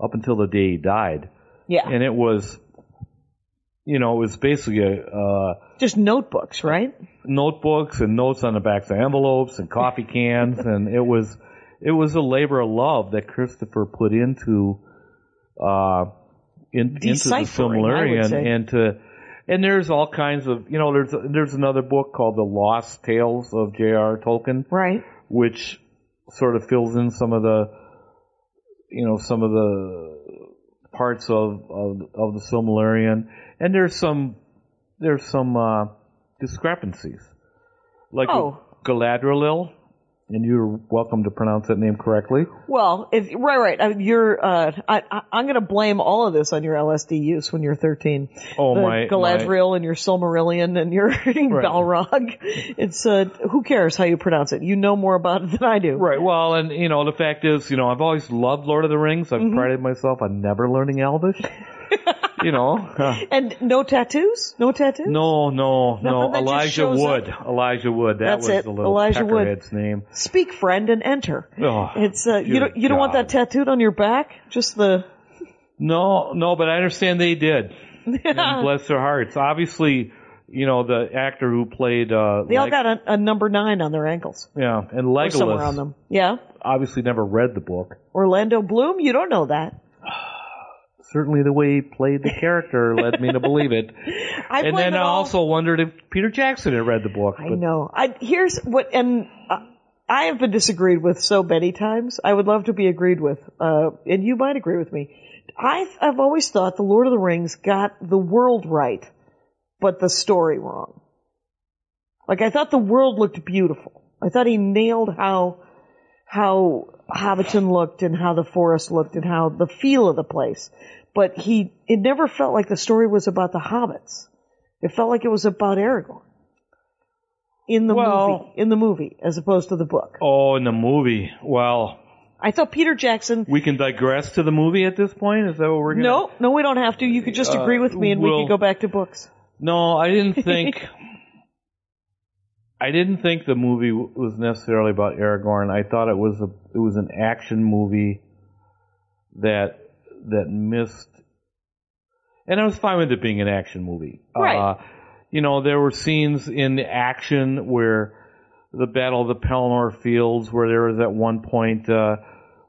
[SPEAKER 3] up until the day he died,
[SPEAKER 4] Yeah.
[SPEAKER 3] and it was, you know, it was basically a, uh,
[SPEAKER 4] Just notebooks, right?
[SPEAKER 3] notebooks and notes on the backs of envelopes and coffee cans, and it was it was a labor of love that Christopher put into uh, in, into the
[SPEAKER 4] Deciphering, I would
[SPEAKER 3] Silmarillion
[SPEAKER 4] say.
[SPEAKER 3] and to and there's all kinds of you know there's there's another book called The Lost Tales of J.R. Tolkien,
[SPEAKER 4] Right.
[SPEAKER 3] which sort of fills in some of the you know some of the parts of of, of the Silmarillion, and there's some there's some uh, discrepancies, like
[SPEAKER 4] Oh.
[SPEAKER 3] Galadriel, and you're welcome to pronounce that name correctly.
[SPEAKER 4] Well, if right, right. I mean, you're. Uh, I, I, I'm going to blame all of this on your LSD use when you're 13.
[SPEAKER 3] Oh,
[SPEAKER 4] the
[SPEAKER 3] my-
[SPEAKER 4] Galadriel and your Silmarillion and your [LAUGHS] Balrog. It's uh, who cares how you pronounce it? You know more about it than I do.
[SPEAKER 3] Right. Well, and you know the
[SPEAKER 4] Mm-hmm. [LAUGHS]
[SPEAKER 3] fact is, you know I've always loved Lord of the Rings. I've prided myself on never learning Elvish. you know.
[SPEAKER 4] And no tattoos? No tattoos?
[SPEAKER 3] No, no,
[SPEAKER 4] Remember
[SPEAKER 3] no.
[SPEAKER 4] that just
[SPEAKER 3] Elijah
[SPEAKER 4] shows
[SPEAKER 3] Wood. Elijah Wood. That
[SPEAKER 4] That's
[SPEAKER 3] was
[SPEAKER 4] it,
[SPEAKER 3] the little
[SPEAKER 4] Elijah Wood.
[SPEAKER 3] peckerhead's name.
[SPEAKER 4] Speak friend and enter.
[SPEAKER 3] Oh,
[SPEAKER 4] it's uh, you
[SPEAKER 3] good
[SPEAKER 4] don't you don't want
[SPEAKER 3] God.
[SPEAKER 4] that tattooed on your back? Just the
[SPEAKER 3] No, no, but I understand they
[SPEAKER 4] [LAUGHS]
[SPEAKER 3] did. And bless their hearts. Obviously, you know the actor who played. Uh,
[SPEAKER 4] They all
[SPEAKER 3] Leg-
[SPEAKER 4] got a, a number nine on their ankles
[SPEAKER 3] yeah, and
[SPEAKER 4] or somewhere on
[SPEAKER 3] Legolas.
[SPEAKER 4] them. Yeah.
[SPEAKER 3] Obviously, never read the book.
[SPEAKER 4] Orlando Bloom, you don't know that.
[SPEAKER 3] Certainly, the way he played the
[SPEAKER 4] [LAUGHS]
[SPEAKER 3] character led me to believe it.
[SPEAKER 4] I
[SPEAKER 3] and
[SPEAKER 4] blame
[SPEAKER 3] then
[SPEAKER 4] it
[SPEAKER 3] I
[SPEAKER 4] all-
[SPEAKER 3] also wondered if Peter Jackson had read the book.
[SPEAKER 4] I
[SPEAKER 3] but-
[SPEAKER 4] know. I here's what and uh, I have been disagreed with so many times. I would love to be agreed with, uh, and you might agree with me. I I've always thought the Lord of the Rings got the world right, but the story wrong. Like I thought the world looked beautiful. I thought he nailed how how Hobbiton looked and how the forest looked and how the feel of the place. But he it never felt like the story was about the hobbits. It felt like it was about Aragorn in the
[SPEAKER 3] Well-
[SPEAKER 4] movie, in the movie as opposed to the book.
[SPEAKER 3] Oh, in the movie. Well,
[SPEAKER 4] I thought Peter Jackson.
[SPEAKER 3] we can digress to the movie at this point. Is that what we're going?
[SPEAKER 4] No, no, we don't have to. You could just
[SPEAKER 3] Uh,
[SPEAKER 4] agree with me, and we
[SPEAKER 3] we'll-
[SPEAKER 4] could go back to books.
[SPEAKER 3] No, I
[SPEAKER 4] [LAUGHS]
[SPEAKER 3] didn't think. I didn't think the movie w- was necessarily about Aragorn. I thought it was a it was an action movie that that missed, and I was fine with it being an action movie.
[SPEAKER 4] Right.
[SPEAKER 3] Uh, you know, there were scenes in the action where the Battle of the Pelennor Fields, where there was at one point uh,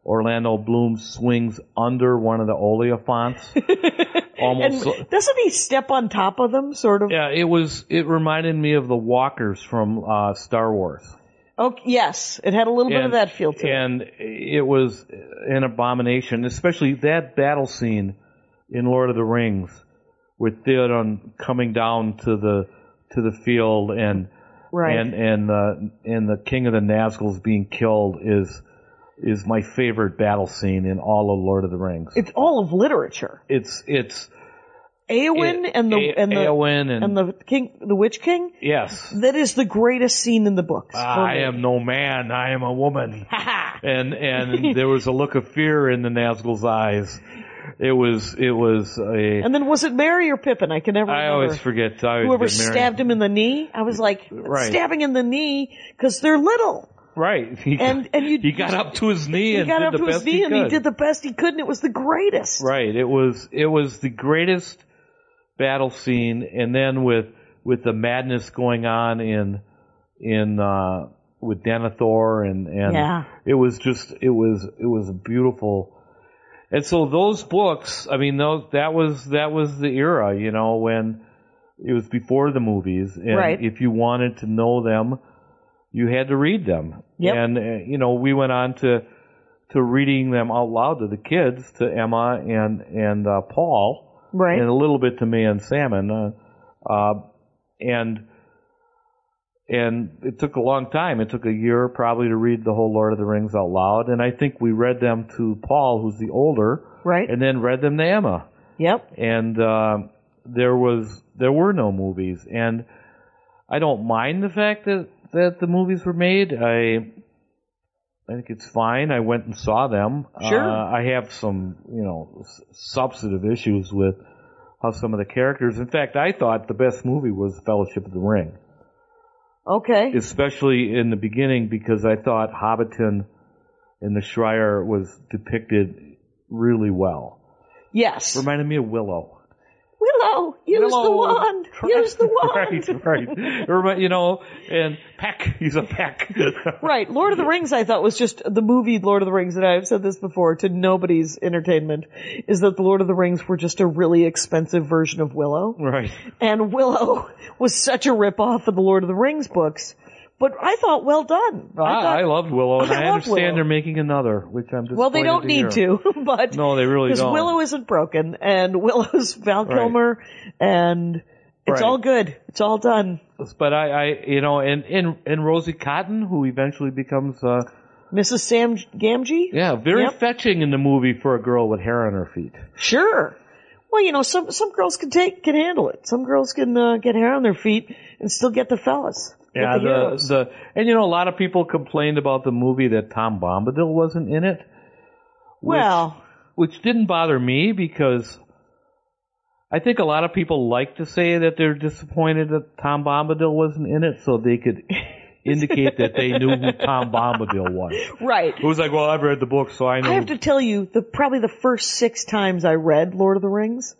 [SPEAKER 3] Orlando Bloom swings under one of the
[SPEAKER 4] [LAUGHS]
[SPEAKER 3] oleophants,
[SPEAKER 4] And
[SPEAKER 3] almost
[SPEAKER 4] doesn't he step on top of them, sort of?
[SPEAKER 3] yeah, it was. It reminded me of the walkers from uh, Star Wars.
[SPEAKER 4] Oh, yes, it had a little bit of that feel to it.
[SPEAKER 3] And it was an abomination, especially that battle scene in Lord of the Rings with Theoden coming down to the to the field and
[SPEAKER 4] Right.
[SPEAKER 3] and and the and the King of the Nazgul's being killed is is my favorite battle scene in all of Lord of the Rings.
[SPEAKER 4] it's all of literature.
[SPEAKER 3] it's it's
[SPEAKER 4] Eowyn
[SPEAKER 3] it-
[SPEAKER 4] and the
[SPEAKER 3] A-
[SPEAKER 4] and the
[SPEAKER 3] Eowyn and,
[SPEAKER 4] and the king, the witch king.
[SPEAKER 3] yes.
[SPEAKER 4] That is the greatest scene in the books. for
[SPEAKER 3] I
[SPEAKER 4] me.
[SPEAKER 3] am no man. I am a woman.
[SPEAKER 4] Ha!
[SPEAKER 3] and
[SPEAKER 4] [LAUGHS]
[SPEAKER 3] and there was a look of fear in the Nazgul's eyes. It was it was a.
[SPEAKER 4] and then was it Mary or Pippin? I can never.
[SPEAKER 3] I
[SPEAKER 4] remember.
[SPEAKER 3] always forget. I always
[SPEAKER 4] Whoever
[SPEAKER 3] get married.
[SPEAKER 4] stabbed him in the knee, I was like
[SPEAKER 3] Right.
[SPEAKER 4] stabbing in the knee because they're little.
[SPEAKER 3] Right. He,
[SPEAKER 4] And- and you-
[SPEAKER 3] he got up to his knee
[SPEAKER 4] He
[SPEAKER 3] and
[SPEAKER 4] got
[SPEAKER 3] did
[SPEAKER 4] up
[SPEAKER 3] the
[SPEAKER 4] to his
[SPEAKER 3] best
[SPEAKER 4] knee
[SPEAKER 3] he
[SPEAKER 4] and he
[SPEAKER 3] could.
[SPEAKER 4] did the best he could, and it was the greatest.
[SPEAKER 3] Right. It was it was the greatest battle scene, and then with with the madness going on in in uh, with Denethor and and
[SPEAKER 4] Yeah.
[SPEAKER 3] it was just it was it was beautiful. And so those books, I mean, those that was that was the era, you know, when it was before the movies, and
[SPEAKER 4] Right.
[SPEAKER 3] if you wanted to know them, you had to read them.
[SPEAKER 4] Yep.
[SPEAKER 3] And uh, you know, we went on to to reading them out loud to the kids, to Emma and and uh, Paul,
[SPEAKER 4] Right.
[SPEAKER 3] and a little bit to me and Salmon, uh, uh, and and it took a long time. It took a year probably to read the whole Lord of the Rings out loud, and I think we read them to Paul, who's the older,
[SPEAKER 4] Right.
[SPEAKER 3] and then read them to Emma
[SPEAKER 4] Yep.
[SPEAKER 3] and uh, there was there were no movies and I don't mind the fact that that the movies were made I I think it's fine I went and saw them
[SPEAKER 4] Sure.
[SPEAKER 3] uh, I have some you know s- substantive issues with how some of the characters in fact I thought the best movie was Fellowship of the Ring
[SPEAKER 4] Okay.
[SPEAKER 3] especially in the beginning because I thought Hobbiton and the Shire was depicted really well
[SPEAKER 4] yes.
[SPEAKER 3] reminded me of Willow
[SPEAKER 4] Willow, use the
[SPEAKER 3] Willow. [LAUGHS]
[SPEAKER 4] wand. Use the wand.
[SPEAKER 3] Right, [LAUGHS] right. Remi- you know, and Peck, he's a
[SPEAKER 4] [LAUGHS]
[SPEAKER 3] Peck.
[SPEAKER 4] Right. Lord of the Rings, I thought was just the movie Lord of the Rings, and I've said this before to nobody's entertainment, is that the Lord of the Rings were just a really expensive version of Willow.
[SPEAKER 3] right.
[SPEAKER 4] And Willow was such a ripoff of the Lord of the Rings books. But I thought, well done.
[SPEAKER 3] I, I loved Willow, and
[SPEAKER 4] I
[SPEAKER 3] I,
[SPEAKER 4] love
[SPEAKER 3] understand
[SPEAKER 4] Willow.
[SPEAKER 3] they're making another, which I'm just
[SPEAKER 4] well, they don't need to, [LAUGHS] but
[SPEAKER 3] No, they really
[SPEAKER 4] because
[SPEAKER 3] don't.
[SPEAKER 4] Willow isn't broken, and [LAUGHS] Willow's Val Kilmer, and it's
[SPEAKER 3] Right.
[SPEAKER 4] all good. It's all done.
[SPEAKER 3] But I, I, you know, and and and Rosie Cotton, who eventually becomes, uh,
[SPEAKER 4] Mrs. Sam Gamgee.
[SPEAKER 3] yeah, very
[SPEAKER 4] Yep.
[SPEAKER 3] fetching in the movie for a girl with hair on her feet.
[SPEAKER 4] Sure. Well, you know, some some girls can take can handle it. Some girls can uh, get hair on their feet and still get the fellas. get
[SPEAKER 3] Yeah,
[SPEAKER 4] the
[SPEAKER 3] the,
[SPEAKER 4] heroes.
[SPEAKER 3] the and you know a lot of people complained about the movie that Tom Bombadil wasn't in it.
[SPEAKER 4] well,
[SPEAKER 3] which didn't bother me because I think a lot of people like to say that they're disappointed that Tom Bombadil wasn't in it, so they
[SPEAKER 4] [LAUGHS]
[SPEAKER 3] could indicate that they knew who Tom Bombadil was.
[SPEAKER 4] Right.
[SPEAKER 3] It was like, well, I've read the book, so I know.
[SPEAKER 4] I have to tell you, the probably the first six times I read Lord of the Rings,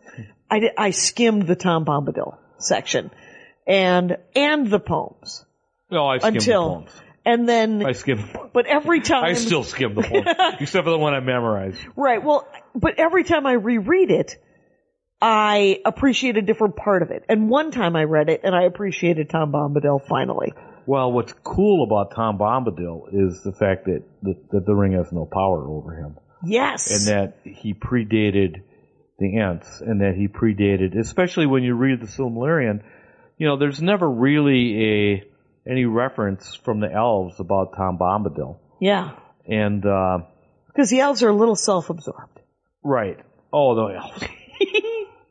[SPEAKER 4] I did, I skimmed the Tom Bombadil section, and and the poems
[SPEAKER 3] no, I skimmed
[SPEAKER 4] until
[SPEAKER 3] the poems.
[SPEAKER 4] and then.
[SPEAKER 3] I skimmed.
[SPEAKER 4] but every time
[SPEAKER 3] I still skim the
[SPEAKER 4] [LAUGHS]
[SPEAKER 3] poems, except for the one I memorized.
[SPEAKER 4] Right. Well, but every time I reread it, I appreciate a different part of it. And one time I read it and I appreciated Tom Bombadil finally.
[SPEAKER 3] Well, what's cool about Tom Bombadil is the fact that the, that the ring has no power over him,
[SPEAKER 4] Yes.
[SPEAKER 3] and that he predated the Ents, and that he predated, especially when you read the Silmarillion. You know, there's never really a any reference from the elves about Tom Bombadil,
[SPEAKER 4] yeah.
[SPEAKER 3] and uh,
[SPEAKER 4] Because the elves are a little self-absorbed. [LAUGHS]
[SPEAKER 3] right, oh, the elves,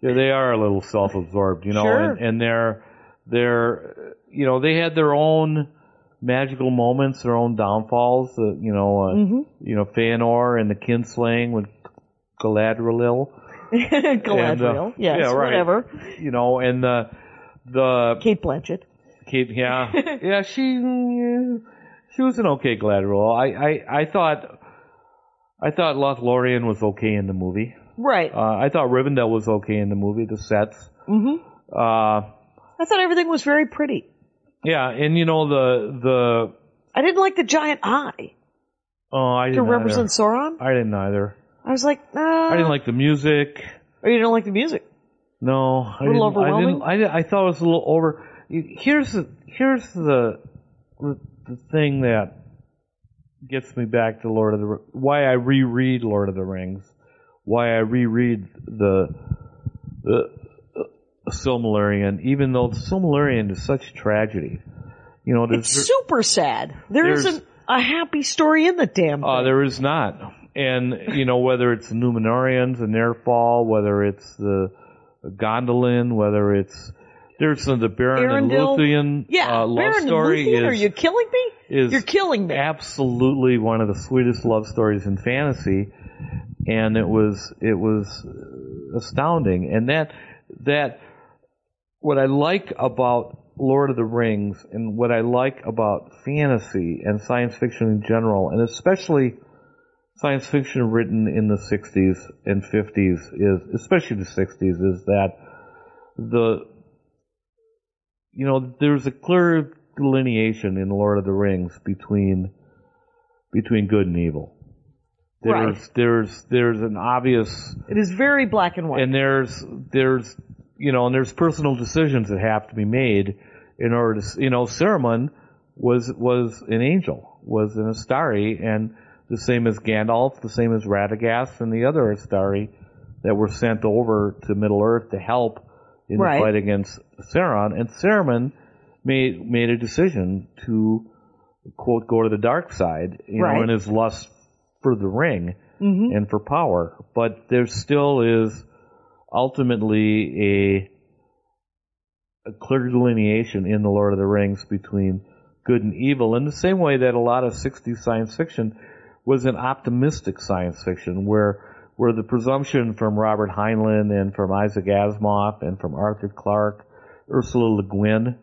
[SPEAKER 3] yeah, they are a little self-absorbed, you know,
[SPEAKER 4] Sure.
[SPEAKER 3] and, and they're they're you know they had their own magical moments, their own downfalls. Uh, you know, uh, you know Feanor and the Kinslaying with Galadriel.
[SPEAKER 4] Galadriel.
[SPEAKER 3] And, uh,
[SPEAKER 4] yes.
[SPEAKER 3] yeah, right.
[SPEAKER 4] Whatever.
[SPEAKER 3] You know, and the the
[SPEAKER 4] Kate Blanchett.
[SPEAKER 3] Kate,
[SPEAKER 4] [LAUGHS]
[SPEAKER 3] yeah, yeah, she mm, she was an okay Galadriel. I I, I thought. I thought Lothlorien was okay in the movie.
[SPEAKER 4] Right.
[SPEAKER 3] Uh, I thought Rivendell was okay in the movie, the sets. Mm-hmm. Uh,
[SPEAKER 4] I thought everything was very pretty.
[SPEAKER 3] Yeah, and you know the
[SPEAKER 4] I didn't like the giant eye
[SPEAKER 3] the oh I
[SPEAKER 4] to
[SPEAKER 3] didn't
[SPEAKER 4] represent
[SPEAKER 3] either.
[SPEAKER 4] Sauron.
[SPEAKER 3] I didn't either.
[SPEAKER 4] I was like, nah.
[SPEAKER 3] I didn't like the music.
[SPEAKER 4] Or you didn't like the music.
[SPEAKER 3] No, I didn't.
[SPEAKER 4] little
[SPEAKER 3] I didn't.
[SPEAKER 4] overwhelming?
[SPEAKER 3] I, didn't- I thought it was a little over. Here's the here's the the the thing that gets me back to Lord of the R- why I reread Lord of the Rings, why I reread the the uh, Silmarillion, even though the Silmarillion is such tragedy. You know, there's
[SPEAKER 4] It's super sad. There
[SPEAKER 3] There's-
[SPEAKER 4] isn't a happy story in the damn thing.
[SPEAKER 3] Uh, there is not. And, you know, whether it's the Numenorians and their fall, whether it's the Gondolin, whether it's. There's some, the Baron
[SPEAKER 4] Arendelle.
[SPEAKER 3] and Luthien
[SPEAKER 4] Yeah,
[SPEAKER 3] uh, love
[SPEAKER 4] Baron
[SPEAKER 3] story
[SPEAKER 4] Luthien, are
[SPEAKER 3] is,
[SPEAKER 4] you killing me?
[SPEAKER 3] is
[SPEAKER 4] You're killing me.
[SPEAKER 3] absolutely one of the sweetest love stories in fantasy, and it was it was uh, astounding. And that that what I like about Lord of the Rings and what I like about fantasy and science fiction in general, and especially science fiction written in the 60s and 50s is especially the 60s is that the you know, there's a clear delineation in Lord of the Rings between between good and evil. There's
[SPEAKER 4] Right.
[SPEAKER 3] there's there's an obvious
[SPEAKER 4] It is very black and white.
[SPEAKER 3] and there's there's you know and there's personal decisions that have to be made in order to you know Saruman was was an angel was an Astari and the same as Gandalf the same as Radagast and the other Astari that were sent over to Middle Earth to help in
[SPEAKER 4] Right.
[SPEAKER 3] the fight against Sauron and Saruman made made a decision to quote go to the dark side you know
[SPEAKER 4] Right.
[SPEAKER 3] in his lust for the ring and for power but there still is ultimately a, a clear delineation in the Lord of the Rings between good and evil, in the same way that a lot of 60s science fiction was an optimistic science fiction, where where the presumption from Robert Heinlein and from Isaac Asimov and from Arthur Clarke, Ursula Le Guin,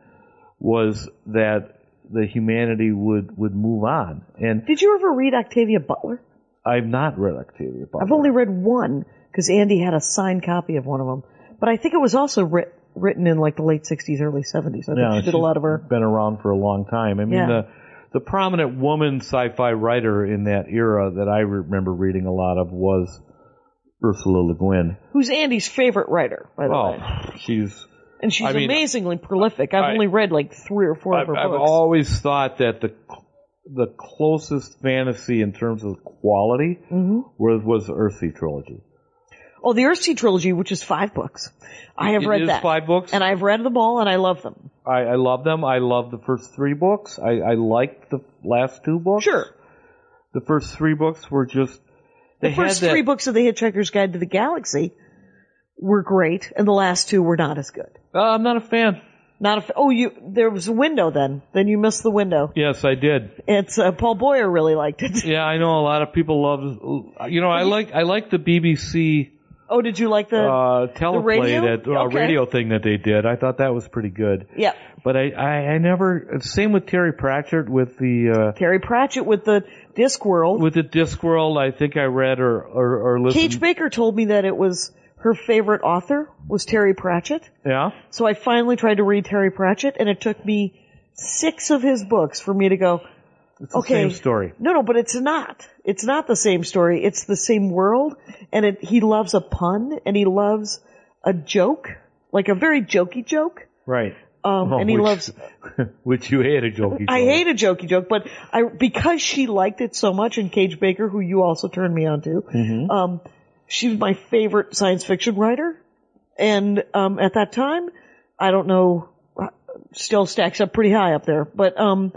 [SPEAKER 3] was that the humanity would, would move on. And
[SPEAKER 4] Did you ever read Octavia Butler?
[SPEAKER 3] I've not read Octavia Butler.
[SPEAKER 4] I've only read one because Andy had a signed copy of one of them. But I think it was also writ- written in like the late 60s, early 70s. I think she did a
[SPEAKER 3] she's
[SPEAKER 4] lot of her.
[SPEAKER 3] Been around for a long time. I mean,
[SPEAKER 4] Yeah.
[SPEAKER 3] the the prominent woman sci-fi writer in that era that I remember reading a lot of was Ursula Le Guin.
[SPEAKER 4] Who's Andy's favorite writer, by the
[SPEAKER 3] Oh,
[SPEAKER 4] way.
[SPEAKER 3] she's.
[SPEAKER 4] And she's
[SPEAKER 3] I mean,
[SPEAKER 4] amazingly prolific. I've
[SPEAKER 3] I-
[SPEAKER 4] only read like three or 4 of
[SPEAKER 3] I've,
[SPEAKER 4] her
[SPEAKER 3] I've
[SPEAKER 4] books.
[SPEAKER 3] always thought that the the closest fantasy in terms of quality
[SPEAKER 4] Mm-hmm.
[SPEAKER 3] was was the Earthsea trilogy.
[SPEAKER 4] oh, the Earthsea trilogy, which is five books. I have
[SPEAKER 3] It
[SPEAKER 4] read
[SPEAKER 3] is
[SPEAKER 4] that.
[SPEAKER 3] five books.
[SPEAKER 4] And I've read them all and I love them.
[SPEAKER 3] I, I love them. I love the first three books. I, I liked the last two books.
[SPEAKER 4] Sure.
[SPEAKER 3] The first three books were just.
[SPEAKER 4] The
[SPEAKER 3] they had
[SPEAKER 4] first
[SPEAKER 3] that-
[SPEAKER 4] three books of The Hitchhiker's Guide to the Galaxy were great, and the last two were not as good.
[SPEAKER 3] Uh, I'm not a fan.
[SPEAKER 4] Not if oh you there was a window then then you missed the window.
[SPEAKER 3] Yes, I did.
[SPEAKER 4] It's uh, Paul Boyer really liked it. [LAUGHS]
[SPEAKER 3] Yeah, I know a lot of people love. You know, I like I like the BBC
[SPEAKER 4] Oh, did you like the?
[SPEAKER 3] uh, teleplay
[SPEAKER 4] radio?
[SPEAKER 3] that uh,
[SPEAKER 4] Okay.
[SPEAKER 3] radio thing that they did. I thought that was pretty good.
[SPEAKER 4] yeah,
[SPEAKER 3] But I, I, I never. Same with Terry Pratchett with the uh,
[SPEAKER 4] Terry Pratchett with the Discworld.
[SPEAKER 3] with the Discworld. I think I read or or, or listened.
[SPEAKER 4] Cage Baker told me that it was her favorite author was Terry Pratchett.
[SPEAKER 3] yeah.
[SPEAKER 4] So I finally tried to read Terry Pratchett, and it took me six of his books for me to go.
[SPEAKER 3] It's the
[SPEAKER 4] okay.
[SPEAKER 3] same story.
[SPEAKER 4] No, no, but it's not. It's not the same story. It's the same world, and it, he loves a pun, and he loves a joke, like a very jokey joke.
[SPEAKER 3] Right.
[SPEAKER 4] Um,
[SPEAKER 3] Oh,
[SPEAKER 4] and he
[SPEAKER 3] which,
[SPEAKER 4] loves.
[SPEAKER 3] which you hate a jokey.
[SPEAKER 4] I
[SPEAKER 3] joke.
[SPEAKER 4] hate a jokey joke, but I because she liked it so much, and Cage Baker, who you also turned me on to, um, she's my favorite science fiction writer, and um, at that time, I don't know, still stacks up pretty high up there. But um,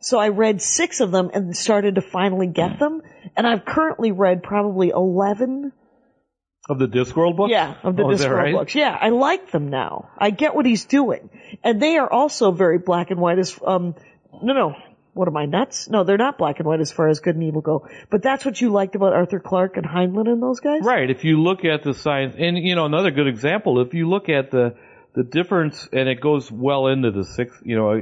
[SPEAKER 4] so I read six of them and started to finally get them, and I've currently read probably eleven.
[SPEAKER 3] of the Discworld book.
[SPEAKER 4] [LAUGHS] Yeah, of the
[SPEAKER 3] Oh, is that
[SPEAKER 4] Discworld
[SPEAKER 3] right?
[SPEAKER 4] books. Yeah, I like them now. I get what he's doing, and they are also very black and white. As um, no, no, what am I nuts? No, they're not black and white as far as good and evil go. But that's what you liked about Arthur Clarke and Heinlein and those guys,
[SPEAKER 3] Right. If you look at the science, and you know another good example, if you look at the the difference, and it goes well into the sixth. You know,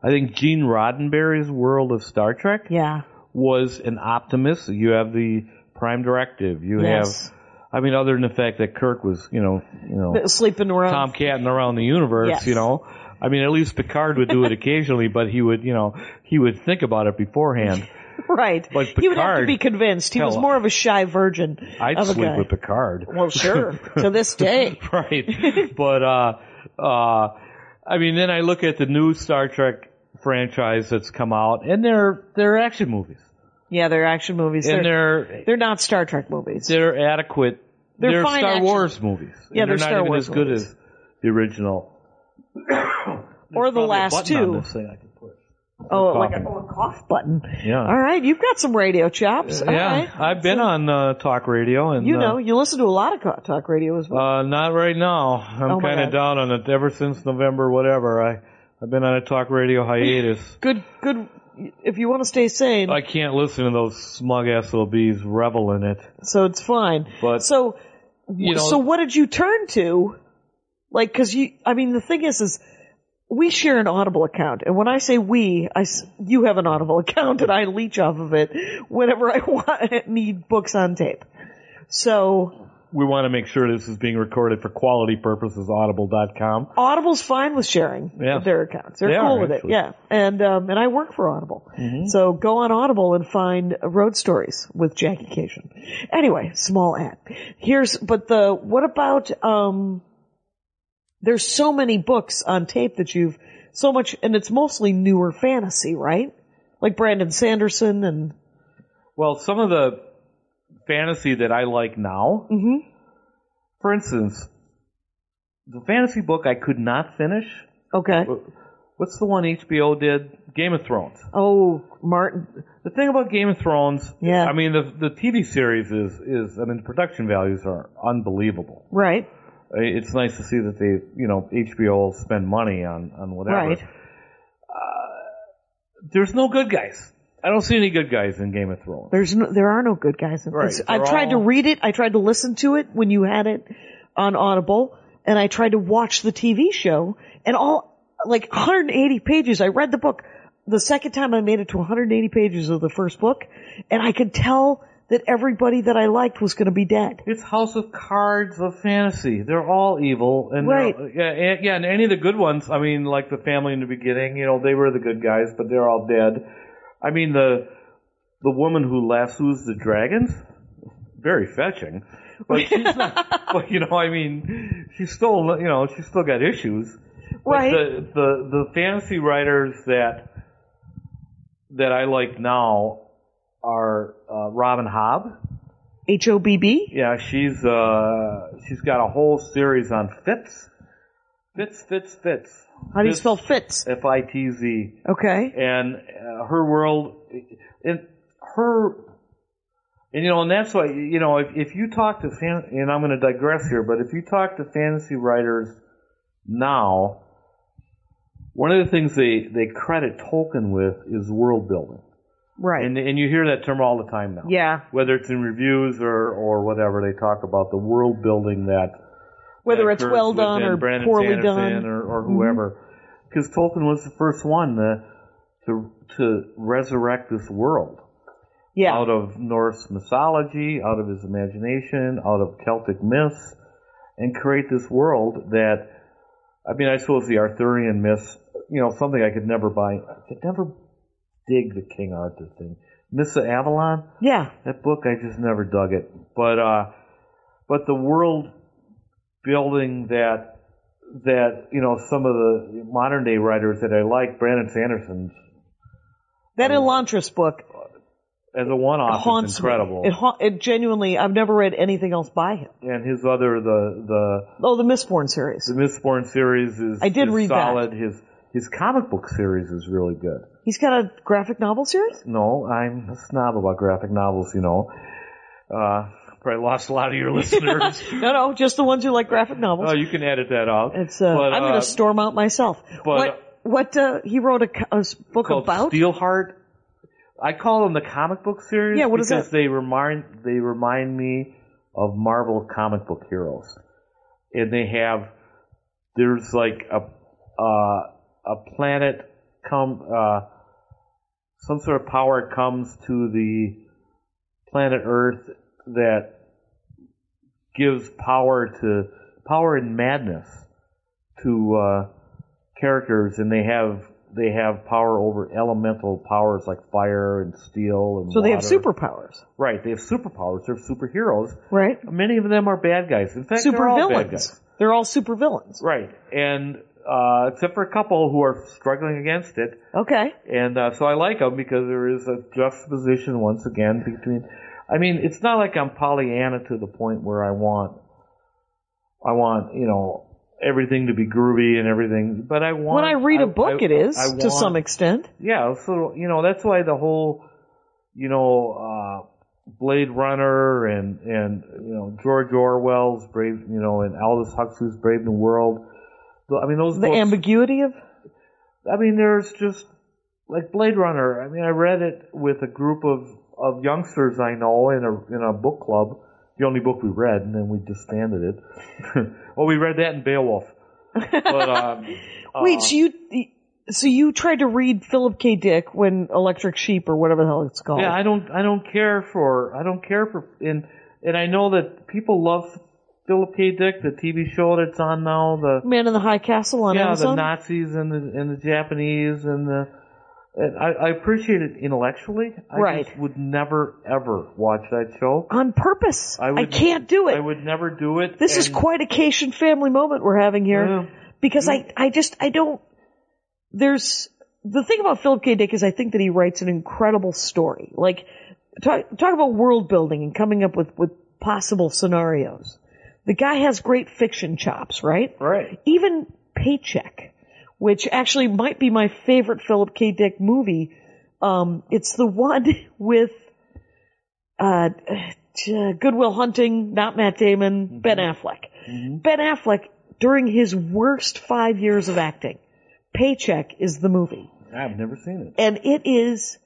[SPEAKER 3] I think Gene Roddenberry's world of Star Trek
[SPEAKER 4] Yeah,
[SPEAKER 3] was an optimist. You have the Prime Directive. You
[SPEAKER 4] Yes.
[SPEAKER 3] have, I mean, other than the fact that Kirk was, you know, you know,
[SPEAKER 4] sleeping around.
[SPEAKER 3] tomcatting around the universe.
[SPEAKER 4] Yes.
[SPEAKER 3] You know, I mean, at least Picard would
[SPEAKER 4] [LAUGHS]
[SPEAKER 3] do it occasionally, but he would, you know, he would think about it beforehand.
[SPEAKER 4] [LAUGHS] right?
[SPEAKER 3] Like
[SPEAKER 4] he would have to
[SPEAKER 3] Picard.
[SPEAKER 4] be convinced. He was
[SPEAKER 3] Hell,
[SPEAKER 4] more of a shy virgin.
[SPEAKER 3] I'd
[SPEAKER 4] of a
[SPEAKER 3] sleep
[SPEAKER 4] guy.
[SPEAKER 3] with Picard.
[SPEAKER 4] [LAUGHS]
[SPEAKER 3] [LAUGHS]
[SPEAKER 4] Well, sure. to this day,
[SPEAKER 3] right. But uh, uh, I mean, then I look at the new Star Trek franchise that's come out, and they're they're action movies,
[SPEAKER 4] yeah, they're action movies.
[SPEAKER 3] and
[SPEAKER 4] they're
[SPEAKER 3] they're
[SPEAKER 4] they're not Star Trek movies.
[SPEAKER 3] they're adequate.
[SPEAKER 4] They're
[SPEAKER 3] They're,
[SPEAKER 4] fine
[SPEAKER 3] Star
[SPEAKER 4] action.
[SPEAKER 3] Wars movies.
[SPEAKER 4] Yeah,
[SPEAKER 3] And they're
[SPEAKER 4] they're
[SPEAKER 3] not
[SPEAKER 4] Star
[SPEAKER 3] even
[SPEAKER 4] Wars
[SPEAKER 3] as good
[SPEAKER 4] movies.
[SPEAKER 3] as the original.
[SPEAKER 4] or the
[SPEAKER 3] Probably a
[SPEAKER 4] last
[SPEAKER 3] button on
[SPEAKER 4] two.
[SPEAKER 3] this thing I can push.
[SPEAKER 4] Oh,
[SPEAKER 3] cough.
[SPEAKER 4] like a, oh, a cough button.
[SPEAKER 3] Yeah.
[SPEAKER 4] All right, you've got some radio chops. All
[SPEAKER 3] Uh, yeah,
[SPEAKER 4] right.
[SPEAKER 3] I've been on uh, talk radio, and
[SPEAKER 4] You
[SPEAKER 3] uh,
[SPEAKER 4] know, you listen to a lot of co- talk radio as well.
[SPEAKER 3] Uh, not right now. I'm
[SPEAKER 4] Oh, my
[SPEAKER 3] kind
[SPEAKER 4] God.
[SPEAKER 3] of down on it. Ever since November, whatever. I I've been on a talk radio hiatus.
[SPEAKER 4] Good, good. If you want to stay sane,
[SPEAKER 3] I can't listen to those smug SOBs revel in it.
[SPEAKER 4] so it's fine.
[SPEAKER 3] But-
[SPEAKER 4] so,
[SPEAKER 3] You know,
[SPEAKER 4] so what did you turn to? Like, because you, I mean, the thing is, is we share an Audible account, and when I say we, I s- you have an Audible [LAUGHS] account, and I leech off of it whenever I [LAUGHS] want need books on tape. So
[SPEAKER 3] we want to make sure this is being recorded for quality purposes. Audible.com.
[SPEAKER 4] Audible's fine with sharing
[SPEAKER 3] Yeah.
[SPEAKER 4] their accounts. They're
[SPEAKER 3] They
[SPEAKER 4] cool
[SPEAKER 3] are,
[SPEAKER 4] with
[SPEAKER 3] actually. Mm-hmm.
[SPEAKER 4] it. Yeah. And um, and I work for Audible. So go on Audible and find Road Stories with Jackie Cation. Anyway, small ad. Here's but the what about um there's so many books on tape that you've so much and it's mostly newer fantasy, right? Like Brandon Sanderson and
[SPEAKER 3] Well, some of the fantasy that I like now.
[SPEAKER 4] Mm-hmm.
[SPEAKER 3] For instance, the fantasy book I could not finish.
[SPEAKER 4] okay.
[SPEAKER 3] What's the one HBO did? Game of Thrones.
[SPEAKER 4] Oh, Martin.
[SPEAKER 3] The thing about Game of Thrones,
[SPEAKER 4] Yeah.
[SPEAKER 3] I mean the the TV series is is I mean the production values are unbelievable.
[SPEAKER 4] Right.
[SPEAKER 3] I- It's nice to see that they you know HBO will spend money on on whatever. Uh,
[SPEAKER 4] Right.
[SPEAKER 3] There's no good guys. I don't see any good guys in Game of Thrones.
[SPEAKER 4] There's no, there are no good guys. In
[SPEAKER 3] Right,
[SPEAKER 4] it's-
[SPEAKER 3] they're
[SPEAKER 4] I tried to
[SPEAKER 3] all-
[SPEAKER 4] read it. I tried to listen to it when you had it on Audible, and I tried to watch the TV show. And all like 180 pages. I read the book the second time. I made it to 180 pages of the first book, and I could tell that everybody that I liked was going to be dead.
[SPEAKER 3] It's House of Cards of fantasy. They're all evil, and they're-
[SPEAKER 4] Right.
[SPEAKER 3] yeah, and, yeah, and any of the good ones. I mean, like the family in the beginning. You know, they were the good guys, but they're all dead. I mean, the the woman who lassoes the dragons, very fetching, but she's not.
[SPEAKER 4] [LAUGHS]
[SPEAKER 3] but you know, I mean, she's still you know she's still got issues. But
[SPEAKER 4] Right.
[SPEAKER 3] The, the the fantasy writers that that I like now are uh, Robin Hobb.
[SPEAKER 4] H O B B.
[SPEAKER 3] Yeah, she's uh she's got a whole series on Fitz. Fitz, Fitz, Fitz.
[SPEAKER 4] How do you
[SPEAKER 3] Fitz,
[SPEAKER 4] spell Fitz?
[SPEAKER 3] F I T Z?
[SPEAKER 4] Okay.
[SPEAKER 3] And uh, her world, and her, and you know, and that's why you know if if you talk to fan, and I'm going to digress here, but if you talk to fantasy writers now, one of the things they they credit Tolkien with is world building.
[SPEAKER 4] Right.
[SPEAKER 3] And and you hear that term all the time now.
[SPEAKER 4] yeah.
[SPEAKER 3] Whether it's in reviews or or whatever, they talk about the world building that
[SPEAKER 4] Whether
[SPEAKER 3] that
[SPEAKER 4] it's
[SPEAKER 3] occurs
[SPEAKER 4] well
[SPEAKER 3] within
[SPEAKER 4] done or
[SPEAKER 3] Brandon
[SPEAKER 4] poorly
[SPEAKER 3] Sanderson
[SPEAKER 4] done. Mm-hmm.
[SPEAKER 3] or, or whoever, because Tolkien was the first one to to to resurrect this world
[SPEAKER 4] yeah.
[SPEAKER 3] out of Norse mythology, out of his imagination, out of Celtic myths, and create this world that, I mean, I suppose the Arthurian myths, you know, something I could never buy. I could never dig the King Arthur thing. Miss of Avalon,
[SPEAKER 4] yeah.
[SPEAKER 3] that book, I just never dug it. But, uh, but the world building that, that, you know, some of the modern day writers that I like, Brandon Sanderson's,
[SPEAKER 4] That Elantris book
[SPEAKER 3] as a one-off, is
[SPEAKER 4] haunts me.
[SPEAKER 3] incredible.
[SPEAKER 4] It, ha- it genuinely, I've never read anything else by him.
[SPEAKER 3] and his other the the
[SPEAKER 4] Oh, the Mistborn series.
[SPEAKER 3] the Mistborn series is
[SPEAKER 4] I did
[SPEAKER 3] is
[SPEAKER 4] read that.
[SPEAKER 3] solid. His his comic book series is really good.
[SPEAKER 4] He's got a graphic novel series?
[SPEAKER 3] No, I'm a snob about graphic novels, you know. Uh, probably lost a lot of your [LAUGHS]
[SPEAKER 4] [LAUGHS]
[SPEAKER 3] listeners.
[SPEAKER 4] No, no, just the ones who like graphic novels.
[SPEAKER 3] oh, you can edit that out.
[SPEAKER 4] It's uh, I'm going to storm out myself.
[SPEAKER 3] but-
[SPEAKER 4] what? What? Uh, he wrote a, co- a s- book
[SPEAKER 3] called
[SPEAKER 4] about?
[SPEAKER 3] Steelheart. I call them the comic book series
[SPEAKER 4] Yeah, what is
[SPEAKER 3] because
[SPEAKER 4] that?
[SPEAKER 3] they remind they remind me of Marvel comic book heroes, and they have there's like a uh, a planet come uh, some sort of power comes to the planet Earth that gives power to power and madness to uh, characters, and they have they have power over elemental powers like fire and steel and
[SPEAKER 4] so they have
[SPEAKER 3] water.
[SPEAKER 4] superpowers,
[SPEAKER 3] right. They have superpowers. They're superheroes.
[SPEAKER 4] right?
[SPEAKER 3] Many of them are bad guys. In fact, they're all bad guys.
[SPEAKER 4] Supervillains. They're all supervillains.
[SPEAKER 3] Right, and uh, except for a couple who are struggling against it,
[SPEAKER 4] Okay.
[SPEAKER 3] and uh, so I like them because there is a juxtaposition once again between. I mean, it's not like I'm Pollyanna to the point where I want, I want you know everything to be groovy and everything, but I want.
[SPEAKER 4] When I read
[SPEAKER 3] a
[SPEAKER 4] a book, it is
[SPEAKER 3] I
[SPEAKER 4] to
[SPEAKER 3] want-
[SPEAKER 4] some extent.
[SPEAKER 3] Yeah, so you know that's why the whole, you know, uh, Blade Runner and and you know George Orwell's Brave, you know, and Aldous Huxley's Brave New World. I mean, those
[SPEAKER 4] The
[SPEAKER 3] books,
[SPEAKER 4] ambiguity of
[SPEAKER 3] I mean, there's just like Blade Runner. I mean, I read it with a group of of youngsters I know in a in a book club. The only book we read, and then we disbanded it. [LAUGHS] well, we read that in Beowulf. But um,
[SPEAKER 4] wait. So you so you tried to read Philip K. Dick when Electric Sheep or whatever the hell it's called.
[SPEAKER 3] yeah, I don't I don't care for I don't care for and and I know that people love Philip K. Dick, the TV show that's on now. The
[SPEAKER 4] Man in the High Castle on
[SPEAKER 3] yeah,
[SPEAKER 4] Amazon.
[SPEAKER 3] the Nazis and the and the Japanese and the. And I, I appreciate it intellectually. I
[SPEAKER 4] Right.
[SPEAKER 3] just would never ever watch that show.
[SPEAKER 4] on purpose.
[SPEAKER 3] I, would,
[SPEAKER 4] can't do it.
[SPEAKER 3] I would never do it.
[SPEAKER 4] This is
[SPEAKER 3] and-
[SPEAKER 4] quite a Cation family moment we're having here
[SPEAKER 3] Yeah.
[SPEAKER 4] because I, I just, I don't, there's, the thing about Philip K. Dick is I think that he writes an incredible story. Like, talk, talk about world building and coming up with, with possible scenarios. The guy has great fiction chops, right?
[SPEAKER 3] right.
[SPEAKER 4] Even Paycheck, which actually might be my favorite Philip K. Dick movie. Um, it's the one [LAUGHS] with uh, uh, Goodwill Hunting, not Matt Damon, Ben Affleck. Ben Affleck, during his worst five years of acting, Paycheck is the movie
[SPEAKER 3] I've never seen it.
[SPEAKER 4] and it is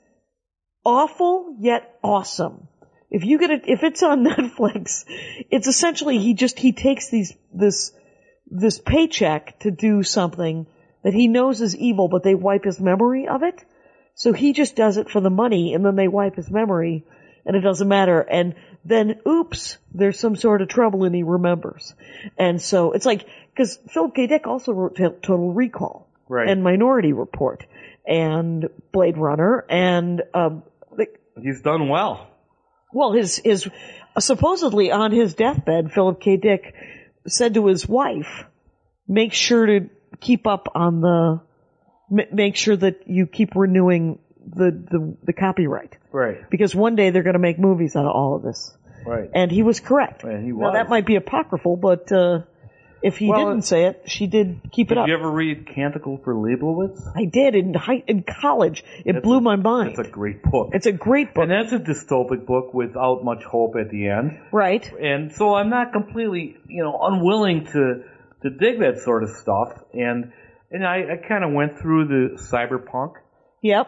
[SPEAKER 4] awful yet awesome. If you get it, if it's on [LAUGHS] Netflix, it's essentially he just he takes these this this paycheck to do something that he knows is evil, but they wipe his memory of it. So he just does it for the money, and then they wipe his memory, and it doesn't matter. And then, oops, there's some sort of trouble, and he remembers. And so it's like because Philip K. Dick also wrote T- Total Recall,
[SPEAKER 3] Right.
[SPEAKER 4] and Minority Report and Blade Runner and um, like,
[SPEAKER 3] He's done well.
[SPEAKER 4] well, his his supposedly on his deathbed, Philip K. Dick said to his wife, "Make sure to keep up on the, ma- make sure that you keep renewing the the, the copyright
[SPEAKER 3] Right.
[SPEAKER 4] because one day they're going to make movies out of all of this."
[SPEAKER 3] Right.
[SPEAKER 4] And he was correct.
[SPEAKER 3] And he
[SPEAKER 4] Now
[SPEAKER 3] was.
[SPEAKER 4] that might be apocryphal, but uh, if he
[SPEAKER 3] Well,
[SPEAKER 4] didn't say it, she did keep it
[SPEAKER 3] did
[SPEAKER 4] up.
[SPEAKER 3] you ever read Canticle for Leibowitz?
[SPEAKER 4] I did in high, in college. It blew my mind.
[SPEAKER 3] That's a great book.
[SPEAKER 4] It's a great book,
[SPEAKER 3] and that's a dystopic book without much hope at the end.
[SPEAKER 4] right?
[SPEAKER 3] And so I'm not completely, you know, unwilling to to dig that sort of stuff. And and I, I kind of went through the cyberpunk
[SPEAKER 4] Yep.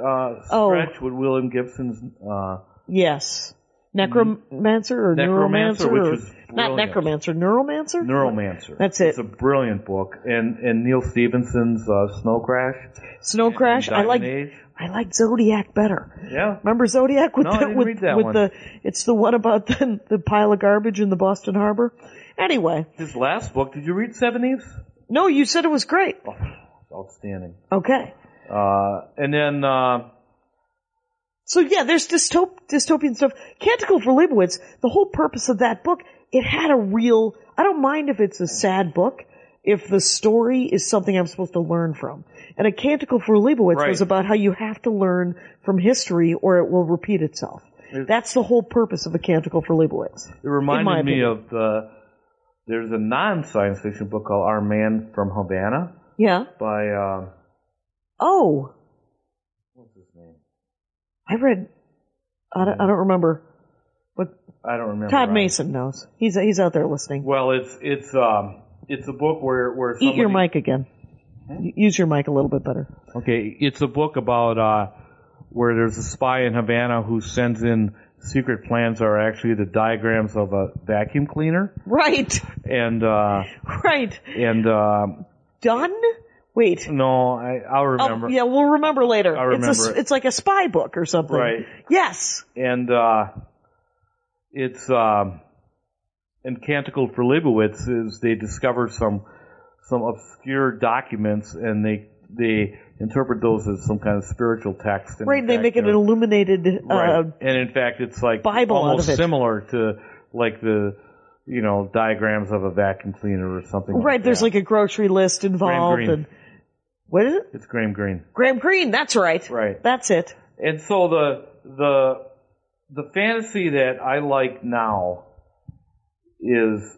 [SPEAKER 3] uh,
[SPEAKER 4] Oh.
[SPEAKER 3] stretch with William Gibson's uh,
[SPEAKER 4] Yes. Necromancer or
[SPEAKER 3] Necromancer,
[SPEAKER 4] neuromancer?
[SPEAKER 3] which
[SPEAKER 4] or-
[SPEAKER 3] is
[SPEAKER 4] not
[SPEAKER 3] brilliant.
[SPEAKER 4] necromancer, neuromancer?
[SPEAKER 3] Neuromancer.
[SPEAKER 4] That's it.
[SPEAKER 3] It's a brilliant book, and and Neil Stevenson's uh, Snow Crash.
[SPEAKER 4] Snow Crash. I
[SPEAKER 3] Diamond
[SPEAKER 4] like
[SPEAKER 3] Age.
[SPEAKER 4] I like Zodiac better.
[SPEAKER 3] Yeah.
[SPEAKER 4] Remember Zodiac with
[SPEAKER 3] No, I
[SPEAKER 4] the,
[SPEAKER 3] didn't
[SPEAKER 4] with,
[SPEAKER 3] read that
[SPEAKER 4] with
[SPEAKER 3] one.
[SPEAKER 4] the it's the one about the, the pile of garbage in the Boston Harbor. Anyway,
[SPEAKER 3] His last book. Did you read Seven Eves?
[SPEAKER 4] no, you said it was great.
[SPEAKER 3] Oh, it's outstanding.
[SPEAKER 4] Okay.
[SPEAKER 3] Uh, and then uh,
[SPEAKER 4] So yeah, there's dystop- dystopian stuff. Canticle for Leibowitz, the whole purpose of that book, it had a real, I don't mind if it's a sad book, if the story is something I'm supposed to learn from. And a Canticle for Leibowitz
[SPEAKER 3] Right.
[SPEAKER 4] was about how you have to learn from history or it will repeat itself. That's the whole purpose of a Canticle for Leibowitz.
[SPEAKER 3] it
[SPEAKER 4] my
[SPEAKER 3] reminded me
[SPEAKER 4] opinion.
[SPEAKER 3] of the. There's a non-science fiction book called Our Man from Havana
[SPEAKER 4] Yeah.
[SPEAKER 3] by uh,
[SPEAKER 4] Oh,
[SPEAKER 3] what's his name?
[SPEAKER 4] I read, I don't, I don't remember.
[SPEAKER 3] I don't remember.
[SPEAKER 4] Todd
[SPEAKER 3] I-
[SPEAKER 4] Mason knows. He's, he's out there listening.
[SPEAKER 3] Well, it's it's um it's a book where where
[SPEAKER 4] Eat your
[SPEAKER 3] somebody- Hmm?
[SPEAKER 4] mic again. Y- Use your mic a little bit better.
[SPEAKER 3] Okay, it's a book about uh, where there's a spy in Havana who sends in secret plans that are actually the diagrams of a vacuum cleaner,
[SPEAKER 4] Right. [LAUGHS]
[SPEAKER 3] and uh,
[SPEAKER 4] Right.
[SPEAKER 3] and um
[SPEAKER 4] Done? Wait.
[SPEAKER 3] no, I I'll remember.
[SPEAKER 4] Oh, yeah, we'll remember later.
[SPEAKER 3] I remember
[SPEAKER 4] it's, a, s-
[SPEAKER 3] it.
[SPEAKER 4] it's like a spy book or something.
[SPEAKER 3] Right.
[SPEAKER 4] Yes.
[SPEAKER 3] and uh, it's um, and Canticle for Leibowitz is they discover some some obscure documents and they they interpret those as some kind of spiritual text. And
[SPEAKER 4] Right.
[SPEAKER 3] in
[SPEAKER 4] They
[SPEAKER 3] fact,
[SPEAKER 4] make it
[SPEAKER 3] uh,
[SPEAKER 4] an illuminated. Uh,
[SPEAKER 3] right. and in fact, it's like
[SPEAKER 4] Bible out
[SPEAKER 3] almost
[SPEAKER 4] of it.
[SPEAKER 3] similar to like the you know diagrams of a vacuum cleaner or something.
[SPEAKER 4] Right.
[SPEAKER 3] like
[SPEAKER 4] There's
[SPEAKER 3] that.
[SPEAKER 4] like a grocery list involved
[SPEAKER 3] Green.
[SPEAKER 4] and what is it?
[SPEAKER 3] it's Graham Greene.
[SPEAKER 4] Graham Greene. That's right.
[SPEAKER 3] Right.
[SPEAKER 4] That's it.
[SPEAKER 3] And so the the the fantasy that I like now is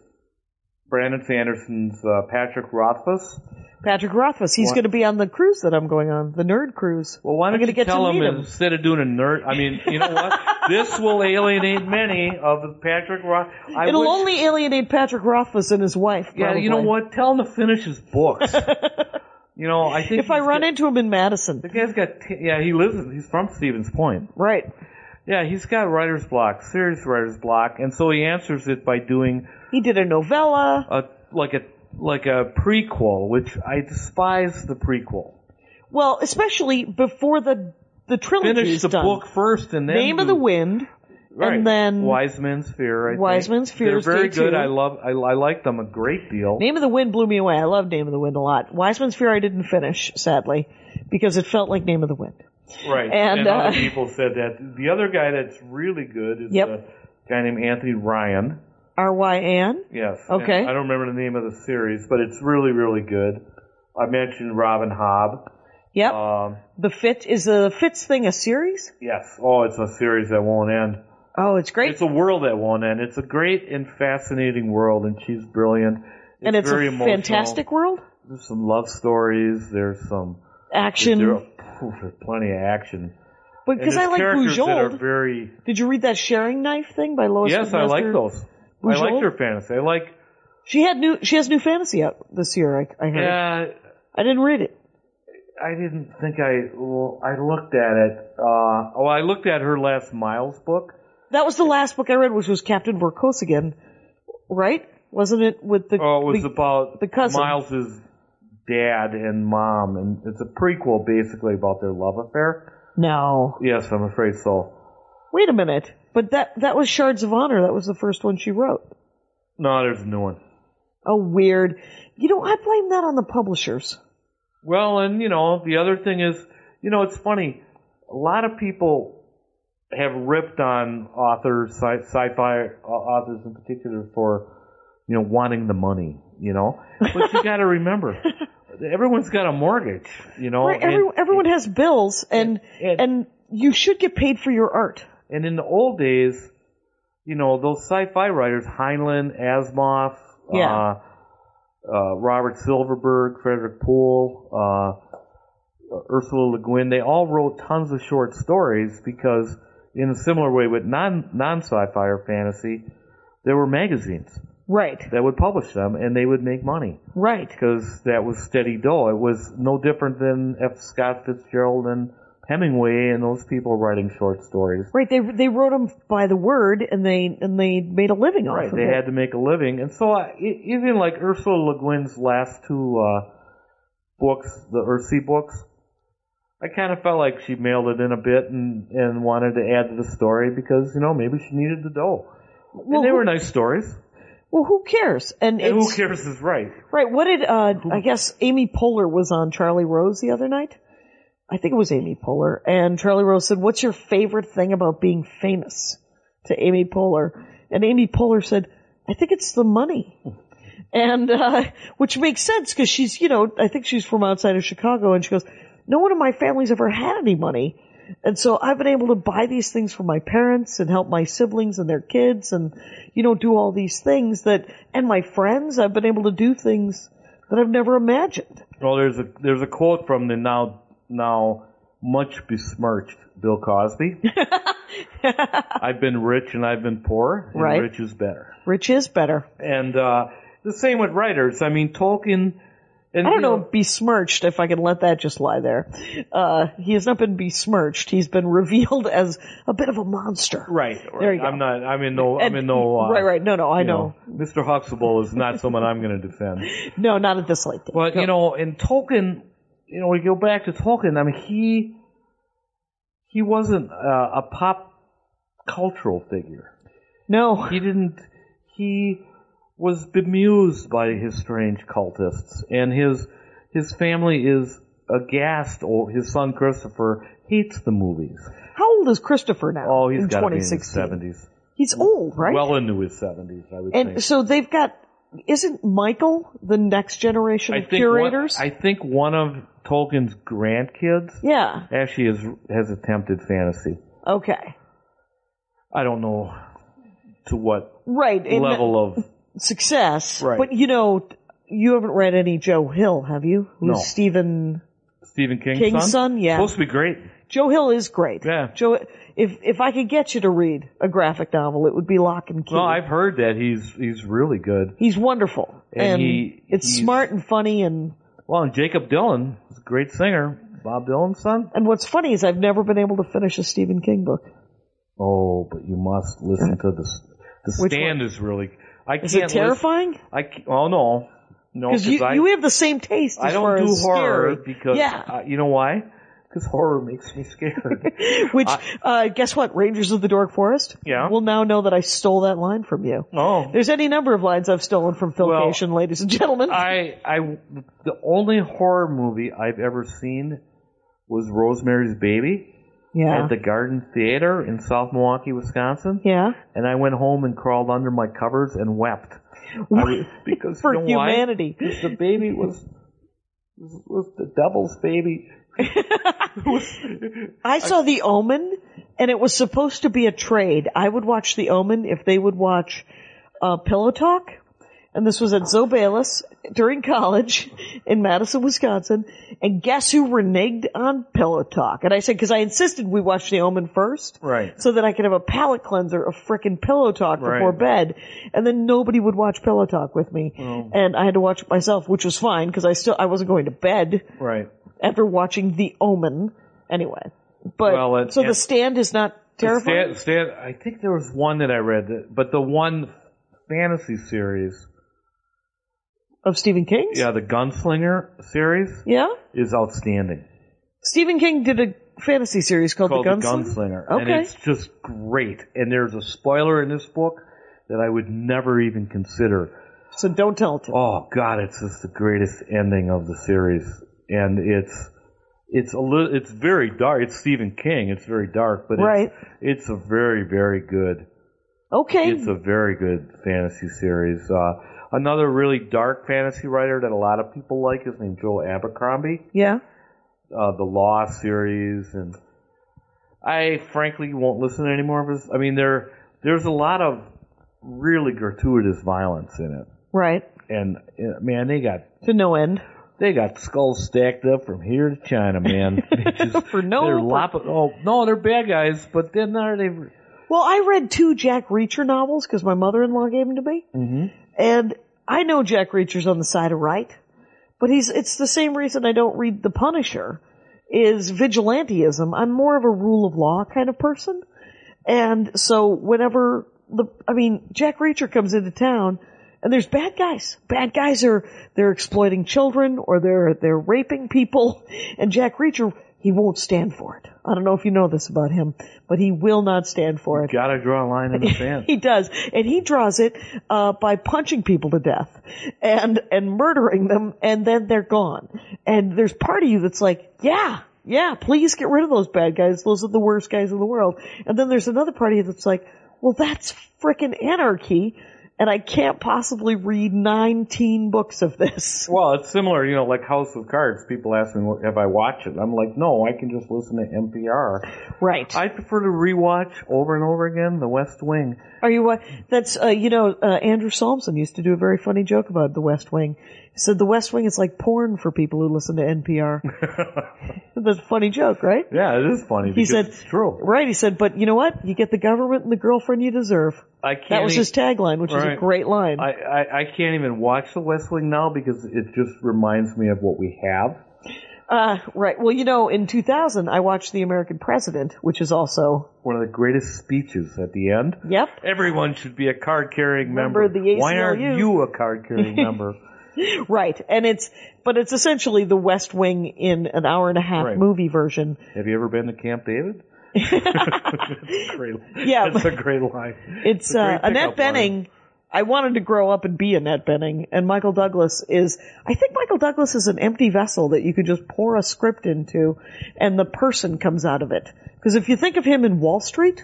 [SPEAKER 3] Brandon Sanderson's uh, Patrick Rothfuss.
[SPEAKER 4] Patrick Rothfuss. He's
[SPEAKER 3] Why-
[SPEAKER 4] going to be on the cruise that I'm going on, the nerd cruise.
[SPEAKER 3] Well, why
[SPEAKER 4] I'm
[SPEAKER 3] don't
[SPEAKER 4] gonna
[SPEAKER 3] you
[SPEAKER 4] get
[SPEAKER 3] tell
[SPEAKER 4] to meet
[SPEAKER 3] him,
[SPEAKER 4] him?
[SPEAKER 3] instead of doing a nerd? I mean, you know what?
[SPEAKER 4] [LAUGHS]
[SPEAKER 3] this will alienate many of Patrick Roth. I
[SPEAKER 4] It'll
[SPEAKER 3] wish-
[SPEAKER 4] only alienate Patrick Rothfuss and his wife.
[SPEAKER 3] yeah. You know
[SPEAKER 4] probably.
[SPEAKER 3] what? Tell him to finish his
[SPEAKER 4] [LAUGHS]
[SPEAKER 3] books. you know, I think
[SPEAKER 4] If I
[SPEAKER 3] he's
[SPEAKER 4] run
[SPEAKER 3] got-
[SPEAKER 4] into him in Madison,
[SPEAKER 3] The guy's got, t- yeah, he lives, in- he's from Stevens Point.
[SPEAKER 4] right?
[SPEAKER 3] Yeah, he's got writer's block, serious writer's block, and so he answers it by doing
[SPEAKER 4] He did a novella.
[SPEAKER 3] a, like a, like a prequel, which I despise the prequel.
[SPEAKER 4] Well, especially before the the trilogy
[SPEAKER 3] Finish
[SPEAKER 4] is
[SPEAKER 3] the
[SPEAKER 4] done.
[SPEAKER 3] book first and then.
[SPEAKER 4] Name of
[SPEAKER 3] do-
[SPEAKER 4] the Wind,
[SPEAKER 3] right.
[SPEAKER 4] and then
[SPEAKER 3] Wiseman's Fear, I think.
[SPEAKER 4] Wiseman's Fear is
[SPEAKER 3] They're very
[SPEAKER 4] day
[SPEAKER 3] good.
[SPEAKER 4] two.
[SPEAKER 3] I love, I, I like them a great deal.
[SPEAKER 4] Name of the Wind blew me away. I love Name of the Wind a lot. Wiseman's Fear I didn't finish, sadly, because it felt like Name of the Wind.
[SPEAKER 3] right.
[SPEAKER 4] and, uh,
[SPEAKER 3] other people said that. The other guy that's really good is
[SPEAKER 4] Yep.
[SPEAKER 3] a guy named Anthony Ryan.
[SPEAKER 4] R Y N.
[SPEAKER 3] Yes.
[SPEAKER 4] Okay.
[SPEAKER 3] And I don't remember the name of the series, but it's really, really good. I mentioned Robin Hobb.
[SPEAKER 4] Yep.
[SPEAKER 3] Um,
[SPEAKER 4] the Fit is the Fitz thing a series?
[SPEAKER 3] yes. Oh, it's a series that won't end.
[SPEAKER 4] Oh, it's great.
[SPEAKER 3] It's a world that won't end. It's a great and fascinating world, and she's brilliant. It's
[SPEAKER 4] and it's
[SPEAKER 3] very
[SPEAKER 4] a
[SPEAKER 3] emotional.
[SPEAKER 4] fantastic world.
[SPEAKER 3] There's some love stories. There's some. There are,
[SPEAKER 4] Action.
[SPEAKER 3] phew, there's plenty of action. And
[SPEAKER 4] Because I
[SPEAKER 3] there's
[SPEAKER 4] like
[SPEAKER 3] characters that are
[SPEAKER 4] Bujold.
[SPEAKER 3] very.
[SPEAKER 4] Did you read that sharing knife thing by Lois?
[SPEAKER 3] Yes, I like
[SPEAKER 4] Goodmaster?
[SPEAKER 3] those. I
[SPEAKER 4] Bujold?
[SPEAKER 3] like their fantasy. I like.
[SPEAKER 4] She had new. She has new fantasy out this year. I, I heard.
[SPEAKER 3] Yeah,
[SPEAKER 4] I didn't read it.
[SPEAKER 3] uh, I didn't think I. Well, I looked at it. Uh, oh, I looked at her last Miles book.
[SPEAKER 4] That was the last book I read, which was Captain Verkosigan, right? Wasn't it with the?
[SPEAKER 3] Oh, it was
[SPEAKER 4] the-
[SPEAKER 3] about
[SPEAKER 4] the cousin.
[SPEAKER 3] Miles's dad and mom, and it's a prequel basically about their love affair.
[SPEAKER 4] no.
[SPEAKER 3] Yes, I'm afraid so.
[SPEAKER 4] Wait a minute. But that that was Shards of Honor. That was the first one she wrote.
[SPEAKER 3] No, there's a new one.
[SPEAKER 4] Oh, weird. You know, I blame that on the publishers.
[SPEAKER 3] Well, and you know, the other thing is, you know, it's funny. A lot of people have ripped on authors, sci- sci-fi uh, authors in particular, for you know wanting the money. You know, but
[SPEAKER 4] [LAUGHS]
[SPEAKER 3] you got to remember, everyone's got a mortgage. You know,
[SPEAKER 4] Right,
[SPEAKER 3] and-
[SPEAKER 4] every, everyone has bills, and
[SPEAKER 3] and-
[SPEAKER 4] and, you should get paid for your art.
[SPEAKER 3] And in the old days, you know, those sci-fi writers, Heinlein, Asimov,
[SPEAKER 4] Yeah.
[SPEAKER 3] uh, uh, Robert Silverberg, Frederick Poole, uh, Ursula Le Guin, they all wrote tons of short stories because in a similar way with non, non-sci-fi or fantasy, there were magazines
[SPEAKER 4] Right.
[SPEAKER 3] that would publish them and they would make money
[SPEAKER 4] Right.
[SPEAKER 3] because that was steady dough. It was no different than F. Scott Fitzgerald and Hemingway and those people writing short stories.
[SPEAKER 4] Right. They they wrote them by the word, and they and they made a living off
[SPEAKER 3] Right,
[SPEAKER 4] of
[SPEAKER 3] they
[SPEAKER 4] it.
[SPEAKER 3] had to make a living, and so I, e- even like Ursula Le Guin's last two uh, books, the Ursi books, I kind of felt like she mailed it in a bit and and wanted to add to the story because you know maybe she needed the dough.
[SPEAKER 4] Well,
[SPEAKER 3] and they
[SPEAKER 4] who-
[SPEAKER 3] were nice stories.
[SPEAKER 4] well, who cares? And,
[SPEAKER 3] And
[SPEAKER 4] it's,
[SPEAKER 3] who cares is right.
[SPEAKER 4] Right. What did uh, I guess Amy Poehler was on Charlie Rose the other night? I think it was Amy Poehler, and Charlie Rose said, "What's your favorite thing about being famous?" To Amy Poehler, and Amy Poehler said, "I think it's the money," and uh, which makes sense because she's you know I think she's from outside of Chicago, and she goes, "No one in my family's ever had any money." And so I've been able to buy these things for my parents and help my siblings and their kids and, you know, do all these things that, and my friends, I've been able to do things that I've never imagined.
[SPEAKER 3] Well, there's a there's a quote from the now now much besmirched Bill
[SPEAKER 4] [LAUGHS]
[SPEAKER 3] Cosby. I've been rich and I've been poor, and
[SPEAKER 4] Right.
[SPEAKER 3] rich is better.
[SPEAKER 4] Rich is better.
[SPEAKER 3] And uh, the same with writers. I mean, Tolkien. And,
[SPEAKER 4] I
[SPEAKER 3] you
[SPEAKER 4] don't know, besmirched, if I can let that just lie there. Uh, he has not been besmirched. He's been [LAUGHS] revealed as a bit of a monster.
[SPEAKER 3] Right.
[SPEAKER 4] There you go.
[SPEAKER 3] I'm not. I'm in no. I'm
[SPEAKER 4] And-
[SPEAKER 3] in no. Uh,
[SPEAKER 4] right, right. No, no, I
[SPEAKER 3] you
[SPEAKER 4] know.
[SPEAKER 3] know, Mr. Huxtable is not someone I'm going to
[SPEAKER 4] [LAUGHS]
[SPEAKER 3] defend.
[SPEAKER 4] No, not at this late date.
[SPEAKER 3] But you know, in Tolkien, you know, we go back to Tolkien. I mean, he he wasn't uh, a pop cultural figure.
[SPEAKER 4] No.
[SPEAKER 3] He didn't. He was bemused by his strange cultists, and his his family is aghast. Or his son Christopher hates the movies.
[SPEAKER 4] How old is Christopher now?
[SPEAKER 3] Oh, he's
[SPEAKER 4] in
[SPEAKER 3] got to be in his
[SPEAKER 4] 2016.
[SPEAKER 3] seventies,
[SPEAKER 4] He's old, right?
[SPEAKER 3] well into his seventies, I would think.
[SPEAKER 4] And so they've got. Isn't Michael the next generation of curators?
[SPEAKER 3] One, I think one of Tolkien's grandkids
[SPEAKER 4] yeah.
[SPEAKER 3] actually has has attempted fantasy.
[SPEAKER 4] Okay.
[SPEAKER 3] I don't know to what
[SPEAKER 4] Right. and
[SPEAKER 3] level of.
[SPEAKER 4] success.
[SPEAKER 3] Right.
[SPEAKER 4] But you know, you haven't read any Joe Hill, have you? Who's
[SPEAKER 3] No.
[SPEAKER 4] Stephen
[SPEAKER 3] Stephen King's,
[SPEAKER 4] King's
[SPEAKER 3] son?
[SPEAKER 4] son? Yeah.
[SPEAKER 3] Supposed to be great.
[SPEAKER 4] Joe Hill is great.
[SPEAKER 3] Yeah.
[SPEAKER 4] Joe. If if I could get you to read a graphic novel, it would be Lock and Key.
[SPEAKER 3] No, I've heard that he's he's really good.
[SPEAKER 4] He's wonderful,
[SPEAKER 3] And he-
[SPEAKER 4] it's
[SPEAKER 3] he's-
[SPEAKER 4] smart and funny. And
[SPEAKER 3] Well, and Jacob Dylan is a great singer. Bob Dylan's son?
[SPEAKER 4] and what's funny is I've never been able to finish a Stephen King book.
[SPEAKER 3] Oh, but you must listen to this. The
[SPEAKER 4] Which
[SPEAKER 3] stand is really. I
[SPEAKER 4] Is
[SPEAKER 3] can't
[SPEAKER 4] it terrifying?
[SPEAKER 3] Listen, I can't- oh no, no,
[SPEAKER 4] Because you,
[SPEAKER 3] I,
[SPEAKER 4] you have the same taste. As
[SPEAKER 3] I
[SPEAKER 4] far
[SPEAKER 3] don't do
[SPEAKER 4] as
[SPEAKER 3] horror
[SPEAKER 4] scary.
[SPEAKER 3] because
[SPEAKER 4] yeah,
[SPEAKER 3] uh, you know why? Because horror makes me scared.
[SPEAKER 4] which uh, guess what? Rangers of the Dark Forest.
[SPEAKER 3] Yeah.
[SPEAKER 4] will now know that I stole that line from you.
[SPEAKER 3] [LAUGHS] oh,
[SPEAKER 4] There's any number of lines I've stolen from Philcation, ladies and gentlemen.
[SPEAKER 3] I, I, the only horror movie I've ever seen was Rosemary's Baby
[SPEAKER 4] yeah,
[SPEAKER 3] at the Garden Theater in South Milwaukee, Wisconsin.
[SPEAKER 4] yeah,
[SPEAKER 3] And I went home and crawled under my covers and wept
[SPEAKER 4] [LAUGHS]
[SPEAKER 3] I- because
[SPEAKER 4] for
[SPEAKER 3] you know why?
[SPEAKER 4] humanity.
[SPEAKER 3] the baby was was the devil's baby.
[SPEAKER 4] I saw The Omen, and it was supposed to be a trade. I would watch The Omen if they would watch uh, Pillow Talk, and this was at Zobalis during college in Madison, Wisconsin. And guess who reneged on Pillow Talk? And I said because I insisted we watch The Omen first,
[SPEAKER 3] Right.
[SPEAKER 4] So that I could have a palate cleanser of frickin' Pillow Talk before
[SPEAKER 3] Right.
[SPEAKER 4] bed, and then nobody would watch Pillow Talk with me,
[SPEAKER 3] Oh.
[SPEAKER 4] and I had to watch it myself, which was fine because I still I wasn't going to bed
[SPEAKER 3] Right.
[SPEAKER 4] after watching The Omen. Anyway, but
[SPEAKER 3] Well, it-
[SPEAKER 4] so the
[SPEAKER 3] it-
[SPEAKER 4] stand is not terrifying.
[SPEAKER 3] Stan, Stan, I think there was one that I read, that, but the one fantasy series,
[SPEAKER 4] of Stephen King's.
[SPEAKER 3] yeah, the Gunslinger series,
[SPEAKER 4] yeah.
[SPEAKER 3] is outstanding.
[SPEAKER 4] Stephen King did a fantasy series called,
[SPEAKER 3] called
[SPEAKER 4] The
[SPEAKER 3] The
[SPEAKER 4] Gunslinger.
[SPEAKER 3] Gunslinger.
[SPEAKER 4] Okay.
[SPEAKER 3] And it's just great. And there's a spoiler in this book that I would never even consider.
[SPEAKER 4] So don't tell it. To
[SPEAKER 3] Oh God, it's just the greatest ending of the series. And it's it's a little it's very dark. It's Stephen King. It's very dark, but
[SPEAKER 4] Right.
[SPEAKER 3] it's, it's a very very good.
[SPEAKER 4] okay.
[SPEAKER 3] It's a very good fantasy series. Uh, another really dark fantasy writer that a lot of people like is named Joel Abercrombie
[SPEAKER 4] yeah.
[SPEAKER 3] uh, the Law series, and I frankly won't listen to any more of his. I mean, there there's a lot of really gratuitous violence in it,
[SPEAKER 4] Right.
[SPEAKER 3] and uh, man, they got
[SPEAKER 4] To no end.
[SPEAKER 3] they got skulls stacked up from here to China,
[SPEAKER 4] [LAUGHS]
[SPEAKER 3] man. They just-
[SPEAKER 4] For no-
[SPEAKER 3] they're lop- oh no, they're bad guys, but then are they?
[SPEAKER 4] Well, I read two Jack Reacher novels because my mother-in-law gave them to me, mm-hmm. and I know Jack Reacher's on the side of right, but he's—it's the same reason I don't read The Punisher, is vigilanteism. I'm more of a rule of law kind of person. And so whenever the, I mean, Jack Reacher comes into town and there's bad guys. Bad guys are, they're exploiting children or they're, they're raping people. [LAUGHS] And Jack Reacher, he won't stand for it. I don't know if you know this about him, but he will not stand for it.
[SPEAKER 3] Gotta draw a line in the sand.
[SPEAKER 4] [LAUGHS] He does, and he draws it uh, by punching people to death and and murdering them, and then they're gone. And there's part of you that's like, yeah, yeah, please get rid of those bad guys. Those are the worst guys in the world. And then there's another part of you that's like, well, that's frickin' anarchy, and I can't possibly read 19 books of this.
[SPEAKER 3] Well, it's similar, you know, like House of Cards. People ask me if I watch it. I'm like, no, I can just listen to NPR.
[SPEAKER 4] Right.
[SPEAKER 3] I prefer to rewatch over and over again The West Wing.
[SPEAKER 4] Are you what? That's uh, you know uh, Andrew Solomon used to do a very funny joke about The West Wing. He said The West Wing is like porn for people who listen
[SPEAKER 3] [LAUGHS]
[SPEAKER 4] to NPR. That's a funny joke, right?
[SPEAKER 3] Yeah, it is funny.
[SPEAKER 4] He
[SPEAKER 3] because
[SPEAKER 4] said,
[SPEAKER 3] it's true.
[SPEAKER 4] Right. He said, but you know what? You get the government and the girlfriend you deserve.
[SPEAKER 3] I can't.
[SPEAKER 4] That was
[SPEAKER 3] e-
[SPEAKER 4] his tagline, which is a
[SPEAKER 3] Right.
[SPEAKER 4] great line.
[SPEAKER 3] I, I I can't even watch The West Wing now because it just reminds me of what we have.
[SPEAKER 4] uh, right. Well, you know, in 2000, I watched The American President, which is also,
[SPEAKER 3] One of the greatest speeches at the end.
[SPEAKER 4] yep.
[SPEAKER 3] Everyone should be a card-carrying member.
[SPEAKER 4] Member of the
[SPEAKER 3] Why aren't
[SPEAKER 4] ACLU.
[SPEAKER 3] you a
[SPEAKER 4] [LAUGHS]
[SPEAKER 3] card-carrying member?
[SPEAKER 4] Right. And it's, but it's essentially the West Wing in an hour and a half
[SPEAKER 3] Right.
[SPEAKER 4] movie version.
[SPEAKER 3] Have you ever been to Camp
[SPEAKER 4] [LAUGHS]
[SPEAKER 3] David? that's, a great,
[SPEAKER 4] Yeah,
[SPEAKER 3] that's
[SPEAKER 4] but-
[SPEAKER 3] a great line.
[SPEAKER 4] It's
[SPEAKER 3] a great
[SPEAKER 4] uh, Annette
[SPEAKER 3] pickup line.
[SPEAKER 4] Benning. I wanted to grow up and be Annette Benning, and Michael Douglas is. I think Michael Douglas is an empty vessel that you could just pour a script into, and the person comes out of it. Because if you think of him in Wall Street,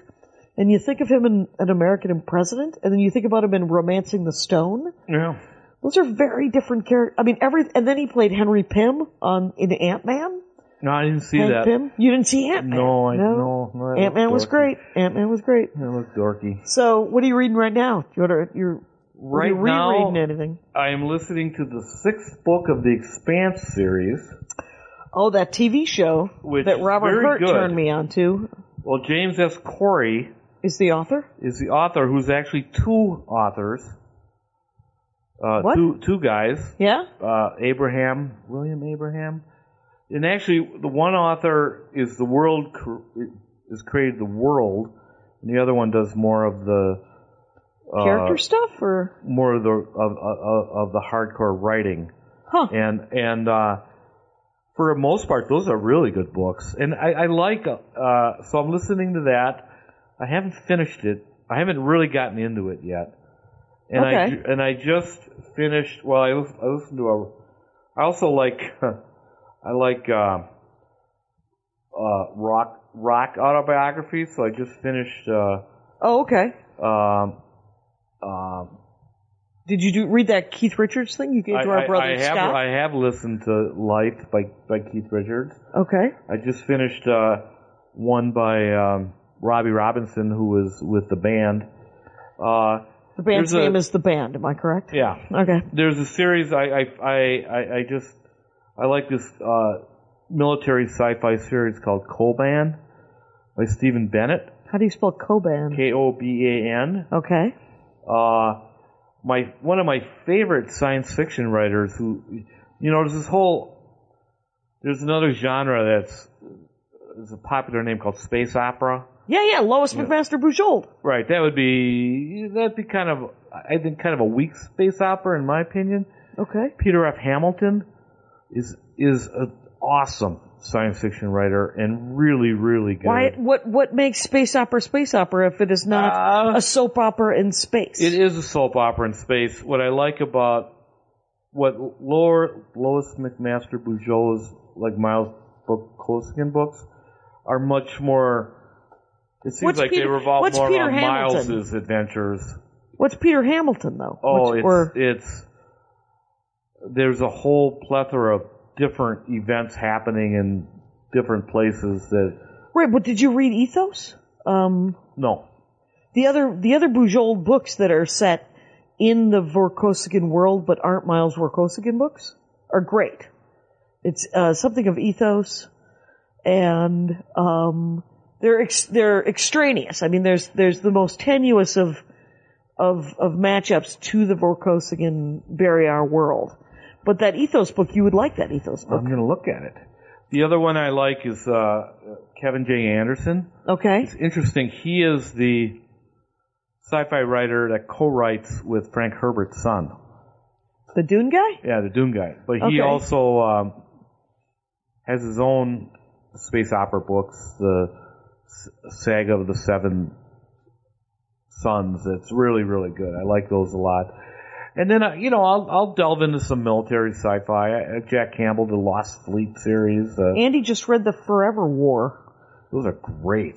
[SPEAKER 4] and you think of him in An American President, and then you think about him in Romancing the Stone,
[SPEAKER 3] Yeah.
[SPEAKER 4] those are very different characters. I mean, every and then he played Henry Pym on in Ant Man.
[SPEAKER 3] No, I didn't see
[SPEAKER 4] Hank
[SPEAKER 3] that.
[SPEAKER 4] Pym. You didn't see Ant Man.
[SPEAKER 3] No, I no. no that
[SPEAKER 4] Ant Man was
[SPEAKER 3] dorky.
[SPEAKER 4] great. Ant Man was great.
[SPEAKER 3] That was dorky.
[SPEAKER 4] So, what are you reading right now? Do you want to, you're
[SPEAKER 3] Right
[SPEAKER 4] you
[SPEAKER 3] now,
[SPEAKER 4] rereading anything?
[SPEAKER 3] I am listening to the sixth book of the Expanse series.
[SPEAKER 4] Oh, that TV show
[SPEAKER 3] Which
[SPEAKER 4] that
[SPEAKER 3] is
[SPEAKER 4] Robert
[SPEAKER 3] very
[SPEAKER 4] Hurt
[SPEAKER 3] good.
[SPEAKER 4] turned me on to
[SPEAKER 3] Well, James S. Corey
[SPEAKER 4] is the author.
[SPEAKER 3] is the author, who's actually two authors. Uh,
[SPEAKER 4] What?
[SPEAKER 3] Two, two guys.
[SPEAKER 4] Yeah,
[SPEAKER 3] uh, Abraham, William Abraham. And actually, the one author is the world cr- is created the world, and the other one does more of the uh,
[SPEAKER 4] character stuff or
[SPEAKER 3] more of the of, of, of the hardcore writing.
[SPEAKER 4] huh?
[SPEAKER 3] And and uh, for the most part, those are really good books, and I, I like. Uh, so I'm listening to that. I haven't finished it. I haven't really gotten into it yet. And I
[SPEAKER 4] Okay.
[SPEAKER 3] ju- and I just finished. Well, I, lis- I listened to a. I also like. [LAUGHS] I like uh, uh, rock rock autobiographies. So I just finished. Uh,
[SPEAKER 4] Oh, okay.
[SPEAKER 3] um, um,
[SPEAKER 4] Did you do read that Keith Richards thing you gave to our brother
[SPEAKER 3] I have,
[SPEAKER 4] Scott?
[SPEAKER 3] I have listened to Life by, by Keith Richards.
[SPEAKER 4] okay.
[SPEAKER 3] I just finished uh, one by um, Robbie Robinson, who was with the band. Uh,
[SPEAKER 4] The band's
[SPEAKER 3] there's a-
[SPEAKER 4] name is the band. Am I correct?
[SPEAKER 3] yeah,
[SPEAKER 4] Okay.
[SPEAKER 3] there's a series I I, I, I, I just I like this uh, military sci-fi series called Coban by Stephen Bennett,
[SPEAKER 4] How do you spell Coban?
[SPEAKER 3] K O B A N.
[SPEAKER 4] Okay.
[SPEAKER 3] uh, my one of my favorite science fiction writers who you know there's this whole there's another genre that's there's a popular name called space opera
[SPEAKER 4] Yeah, yeah. Lois McMaster Bujold.
[SPEAKER 3] right that would be that'd be kind of i think kind of a weak space opera in my opinion
[SPEAKER 4] Okay.
[SPEAKER 3] peter f hamilton is is an awesome science fiction writer and really really good
[SPEAKER 4] Why? What? What makes space opera space opera if it is not
[SPEAKER 3] Uh,
[SPEAKER 4] a soap opera in space?
[SPEAKER 3] It is a soap opera in space. What I like about what Lor- Lois McMaster Bujold's like Miles Bo- Kosigan books are much more. It seems
[SPEAKER 4] What's
[SPEAKER 3] like they
[SPEAKER 4] Peter-
[SPEAKER 3] revolve
[SPEAKER 4] what's
[SPEAKER 3] more
[SPEAKER 4] Peter
[SPEAKER 3] on
[SPEAKER 4] Hamilton?
[SPEAKER 3] Miles's adventures.
[SPEAKER 4] What's Peter Hamilton though?
[SPEAKER 3] Oh,
[SPEAKER 4] What's-
[SPEAKER 3] it's
[SPEAKER 4] or-
[SPEAKER 3] it's there's a whole plethora of different events happening in different places that
[SPEAKER 4] Right, but did you read Ethos? Um,
[SPEAKER 3] no.
[SPEAKER 4] the other the other Bujold books that are set in the Vorkosigan world but aren't Miles Vorkosigan books are great. It's uh, something of Ethos, and um, they're ex- they're extraneous. I mean, there's there's the most tenuous of of of matchups to the Vorkosigan Barrier world. But that Ethos book, you would like that Ethos book.
[SPEAKER 3] I'm going to look at it. The other one I like is uh, Kevin J. Anderson.
[SPEAKER 4] Okay.
[SPEAKER 3] It's interesting. He is the sci-fi writer that co-writes with Frank Herbert's son.
[SPEAKER 4] The Dune guy?
[SPEAKER 3] Yeah, the Doom guy. But he
[SPEAKER 4] Okay.
[SPEAKER 3] also um, has his own space opera books, the S- Saga of the Seven Sons. It's really, really good. I like those a lot. And then, uh, you know, I'll, I'll delve into some military sci-fi. I- uh, Jack Campbell, the Lost Fleet series. Uh,
[SPEAKER 4] Andy just read the Forever War.
[SPEAKER 3] those are great.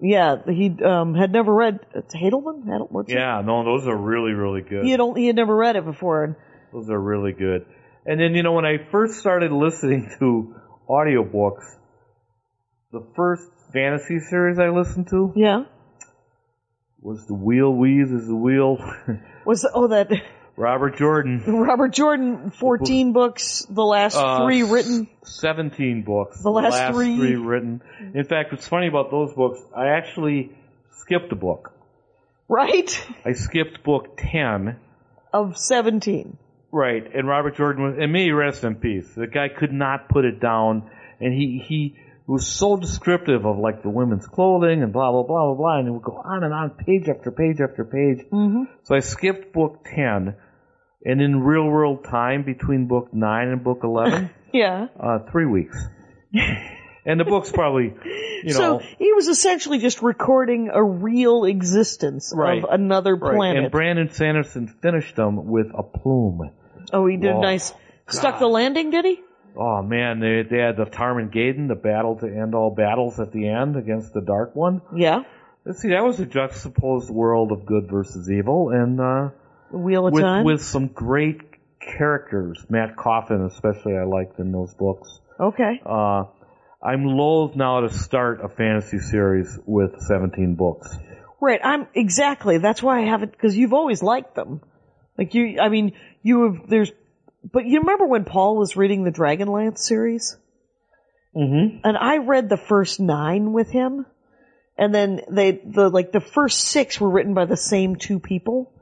[SPEAKER 4] Yeah, he um, had never read it's Hadelman. Hadel- what's it?
[SPEAKER 3] Yeah, no, those are really, really good.
[SPEAKER 4] He had only, he had never read it before. And
[SPEAKER 3] Those are really good. And then, you know, when I first started listening to audiobooks, the first fantasy series I listened to
[SPEAKER 4] yeah,
[SPEAKER 3] was The Wheel Weaves is the Wheel. [LAUGHS]
[SPEAKER 4] was oh that [LAUGHS]
[SPEAKER 3] Robert Jordan,
[SPEAKER 4] Robert Jordan fourteen books, the last
[SPEAKER 3] Uh,
[SPEAKER 4] three written.
[SPEAKER 3] 17 books. The
[SPEAKER 4] last three.
[SPEAKER 3] three written. In fact, what's funny about those books, I actually skipped a book.
[SPEAKER 4] Right
[SPEAKER 3] I skipped book 10
[SPEAKER 4] of seventeen.
[SPEAKER 3] Right, and Robert Jordan was, and may he rest in peace. The guy could not put it down, and he he was so descriptive of like the women's clothing and blah blah blah blah blah, and it would go on and on, page after page after page. Mm-hmm. So I skipped book ten, and in real world time between book nine and book
[SPEAKER 4] [LAUGHS]
[SPEAKER 3] eleven,
[SPEAKER 4] Yeah.
[SPEAKER 3] uh, three
[SPEAKER 4] [LAUGHS]
[SPEAKER 3] weeks, and the book's probably you know
[SPEAKER 4] so he was essentially just recording a real existence
[SPEAKER 3] Right.
[SPEAKER 4] of another
[SPEAKER 3] right.
[SPEAKER 4] planet.
[SPEAKER 3] And Brandon Sanderson finished them with a plume.
[SPEAKER 4] oh, he did
[SPEAKER 3] Whoa.
[SPEAKER 4] nice. Stuck the landing, did he?
[SPEAKER 3] Oh man, they they had the Tarmangaden, the battle to end all battles at the end against the Dark One.
[SPEAKER 4] Yeah.
[SPEAKER 3] Let's see, that was a juxtaposed world of good versus evil, and uh,
[SPEAKER 4] The Wheel of
[SPEAKER 3] with
[SPEAKER 4] Time.
[SPEAKER 3] with some great characters. Matt Coffin, especially, I liked in those books.
[SPEAKER 4] okay.
[SPEAKER 3] Uh, I'm loath now to start a fantasy series with 17 books.
[SPEAKER 4] Right. I'm exactly. That's why I haven't because you've always liked them. Like you, I mean, you have. There's, but you remember when Paul was reading the Dragonlance series,
[SPEAKER 3] Mm-hmm.
[SPEAKER 4] and I read the first nine with him, and then they the like the first six were written by the same two people,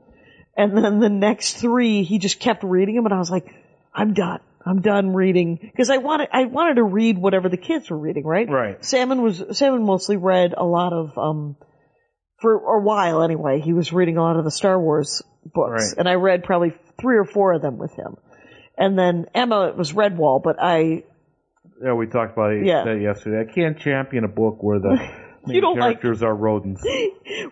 [SPEAKER 4] and then the next three he just kept reading them, and I was like, I'm done. I'm done reading because I wanted I wanted to read whatever the kids were reading, right?
[SPEAKER 3] Right.
[SPEAKER 4] Salmon was Salmon mostly read a lot of um for a while anyway. He was reading a lot of the Star Wars books,
[SPEAKER 3] Right.
[SPEAKER 4] and I read probably three or four of them with him. And then Emma was Redwall, but I
[SPEAKER 3] Yeah, we talked about it
[SPEAKER 4] Yeah.
[SPEAKER 3] that yesterday. I can't champion a book where
[SPEAKER 4] [LAUGHS]
[SPEAKER 3] the main
[SPEAKER 4] don't like-
[SPEAKER 3] characters are rodents.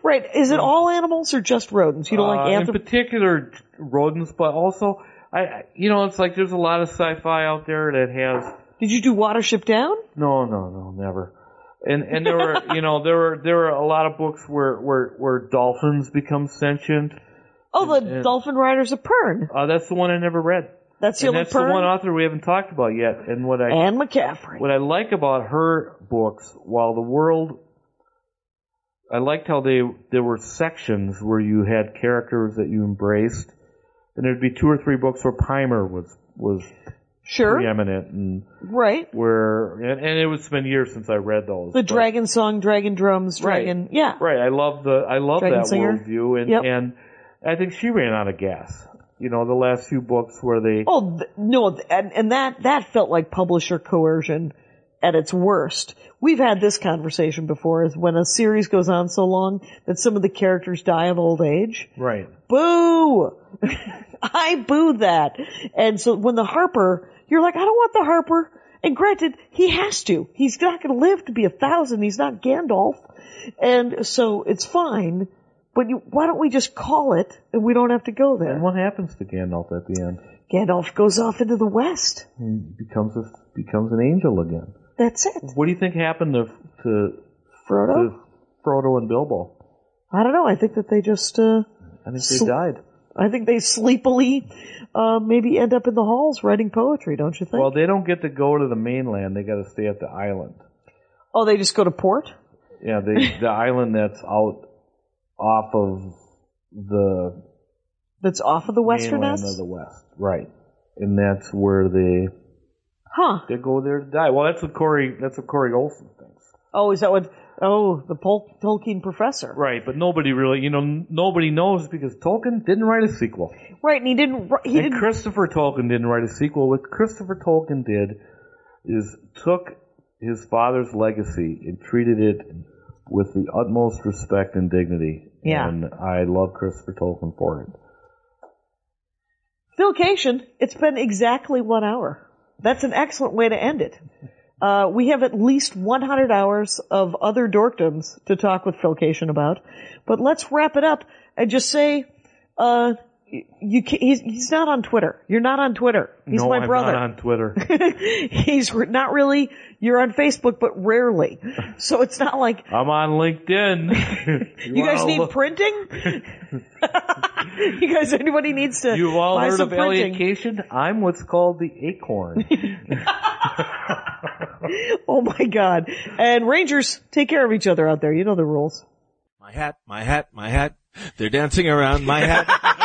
[SPEAKER 4] right is it all animals or just rodents? You don't like
[SPEAKER 3] Uh,
[SPEAKER 4] anthrop-
[SPEAKER 3] in particular rodents, but also I- I, you know, it's like there's a lot of sci-fi out there that has
[SPEAKER 4] Did you do Watership Down?
[SPEAKER 3] no, no, no, never. And and there were you know there were there were a lot of books where where where dolphins become sentient.
[SPEAKER 4] Oh, the
[SPEAKER 3] and-
[SPEAKER 4] Dolphin Rider's a Pern.
[SPEAKER 3] Uh, that's the one I never read.
[SPEAKER 4] That's the
[SPEAKER 3] and
[SPEAKER 4] only
[SPEAKER 3] that's the one
[SPEAKER 4] Pern.
[SPEAKER 3] author we haven't talked about yet. And what I
[SPEAKER 4] And McCaffrey.
[SPEAKER 3] what I like about her books, while the world, I liked how they there were sections where you had characters that you embraced, and there'd be two or three books where Pimer was was
[SPEAKER 4] Sure.
[SPEAKER 3] preeminent, and
[SPEAKER 4] Right.
[SPEAKER 3] where and, and it was been years since I read those.
[SPEAKER 4] The
[SPEAKER 3] but-
[SPEAKER 4] Dragon Song, Dragon Drums,
[SPEAKER 3] Right.
[SPEAKER 4] Dragon. Yeah.
[SPEAKER 3] right? I love the I love
[SPEAKER 4] Dragon
[SPEAKER 3] that
[SPEAKER 4] Singer?
[SPEAKER 3] worldview, and
[SPEAKER 4] Yep.
[SPEAKER 3] and I think she ran out of gas. You know, the last few books where they
[SPEAKER 4] Oh th- no, th- and, and that that felt like publisher coercion at its worst. We've had this conversation before: is when a series goes on so long that some of the characters die of old age.
[SPEAKER 3] right.
[SPEAKER 4] Boo! [LAUGHS] I boo that. And so when the Harper, you're like, I don't want the Harper. And granted, he has to. He's not going to live to be a thousand. He's not Gandalf, and so it's fine. But you, why don't we just call it, and we don't have to go
[SPEAKER 3] And
[SPEAKER 4] there?
[SPEAKER 3] what happens to Gandalf at the end?
[SPEAKER 4] Gandalf goes off into the west.
[SPEAKER 3] He becomes a becomes an angel again.
[SPEAKER 4] That's it.
[SPEAKER 3] What do you think happened to to,
[SPEAKER 4] Frodo?
[SPEAKER 3] to Frodo and Bilbo?
[SPEAKER 4] I don't know. I think that they just, uh,
[SPEAKER 3] I think they
[SPEAKER 4] Sl-
[SPEAKER 3] died.
[SPEAKER 4] I think they sleepily, uh, maybe end up in the halls writing poetry, don't you think?
[SPEAKER 3] Well, they don't get to go to the mainland. They got to stay at the island.
[SPEAKER 4] oh, they just go to port?
[SPEAKER 3] Yeah, they, the island that's out off of the
[SPEAKER 4] That's off of the
[SPEAKER 3] mainland of
[SPEAKER 4] westerness?
[SPEAKER 3] the west, right? And that's where they
[SPEAKER 4] Huh.
[SPEAKER 3] they go there to die. Well, that's what Corey that's what Corey Olson thinks.
[SPEAKER 4] Oh, is that what, oh, the Pol- Tolkien professor.
[SPEAKER 3] Right, but nobody really, you know, n- nobody knows because Tolkien didn't write a sequel.
[SPEAKER 4] Right, and he didn't, wri- he
[SPEAKER 3] and
[SPEAKER 4] didn't,
[SPEAKER 3] Christopher Tolkien didn't write a sequel. What Christopher Tolkien did is took his father's legacy and treated it with the utmost respect and dignity.
[SPEAKER 4] Yeah.
[SPEAKER 3] And I love Christopher Tolkien for it.
[SPEAKER 4] Phil Cation, it's been exactly one hour. That's an excellent way to end it. Uh, we have at least 100 hours of other dorkdoms to talk with Phil Cation about, but let's wrap it up and just say, uh, y- you ca he's, he's not on Twitter. You're not on Twitter. He's
[SPEAKER 3] no,
[SPEAKER 4] my
[SPEAKER 3] I'm
[SPEAKER 4] brother.
[SPEAKER 3] not on Twitter.
[SPEAKER 4] [LAUGHS] he's re- not really. You're on Facebook, but rarely. So it's not like
[SPEAKER 3] I'm on
[SPEAKER 4] [LAUGHS]
[SPEAKER 3] LinkedIn.
[SPEAKER 4] you guys
[SPEAKER 3] wanna [LAUGHS]
[SPEAKER 4] need
[SPEAKER 3] look-
[SPEAKER 4] printing. [LAUGHS] you guys, anybody needs to.
[SPEAKER 3] You've all
[SPEAKER 4] buy
[SPEAKER 3] heard
[SPEAKER 4] some
[SPEAKER 3] of
[SPEAKER 4] printing.
[SPEAKER 3] allocation? I'm what's called the acorn.
[SPEAKER 4] [LAUGHS] Oh my God. And Rangers, take care of each other out there. You know the rules.
[SPEAKER 5] My hat, my hat, my hat. They're dancing around my hat,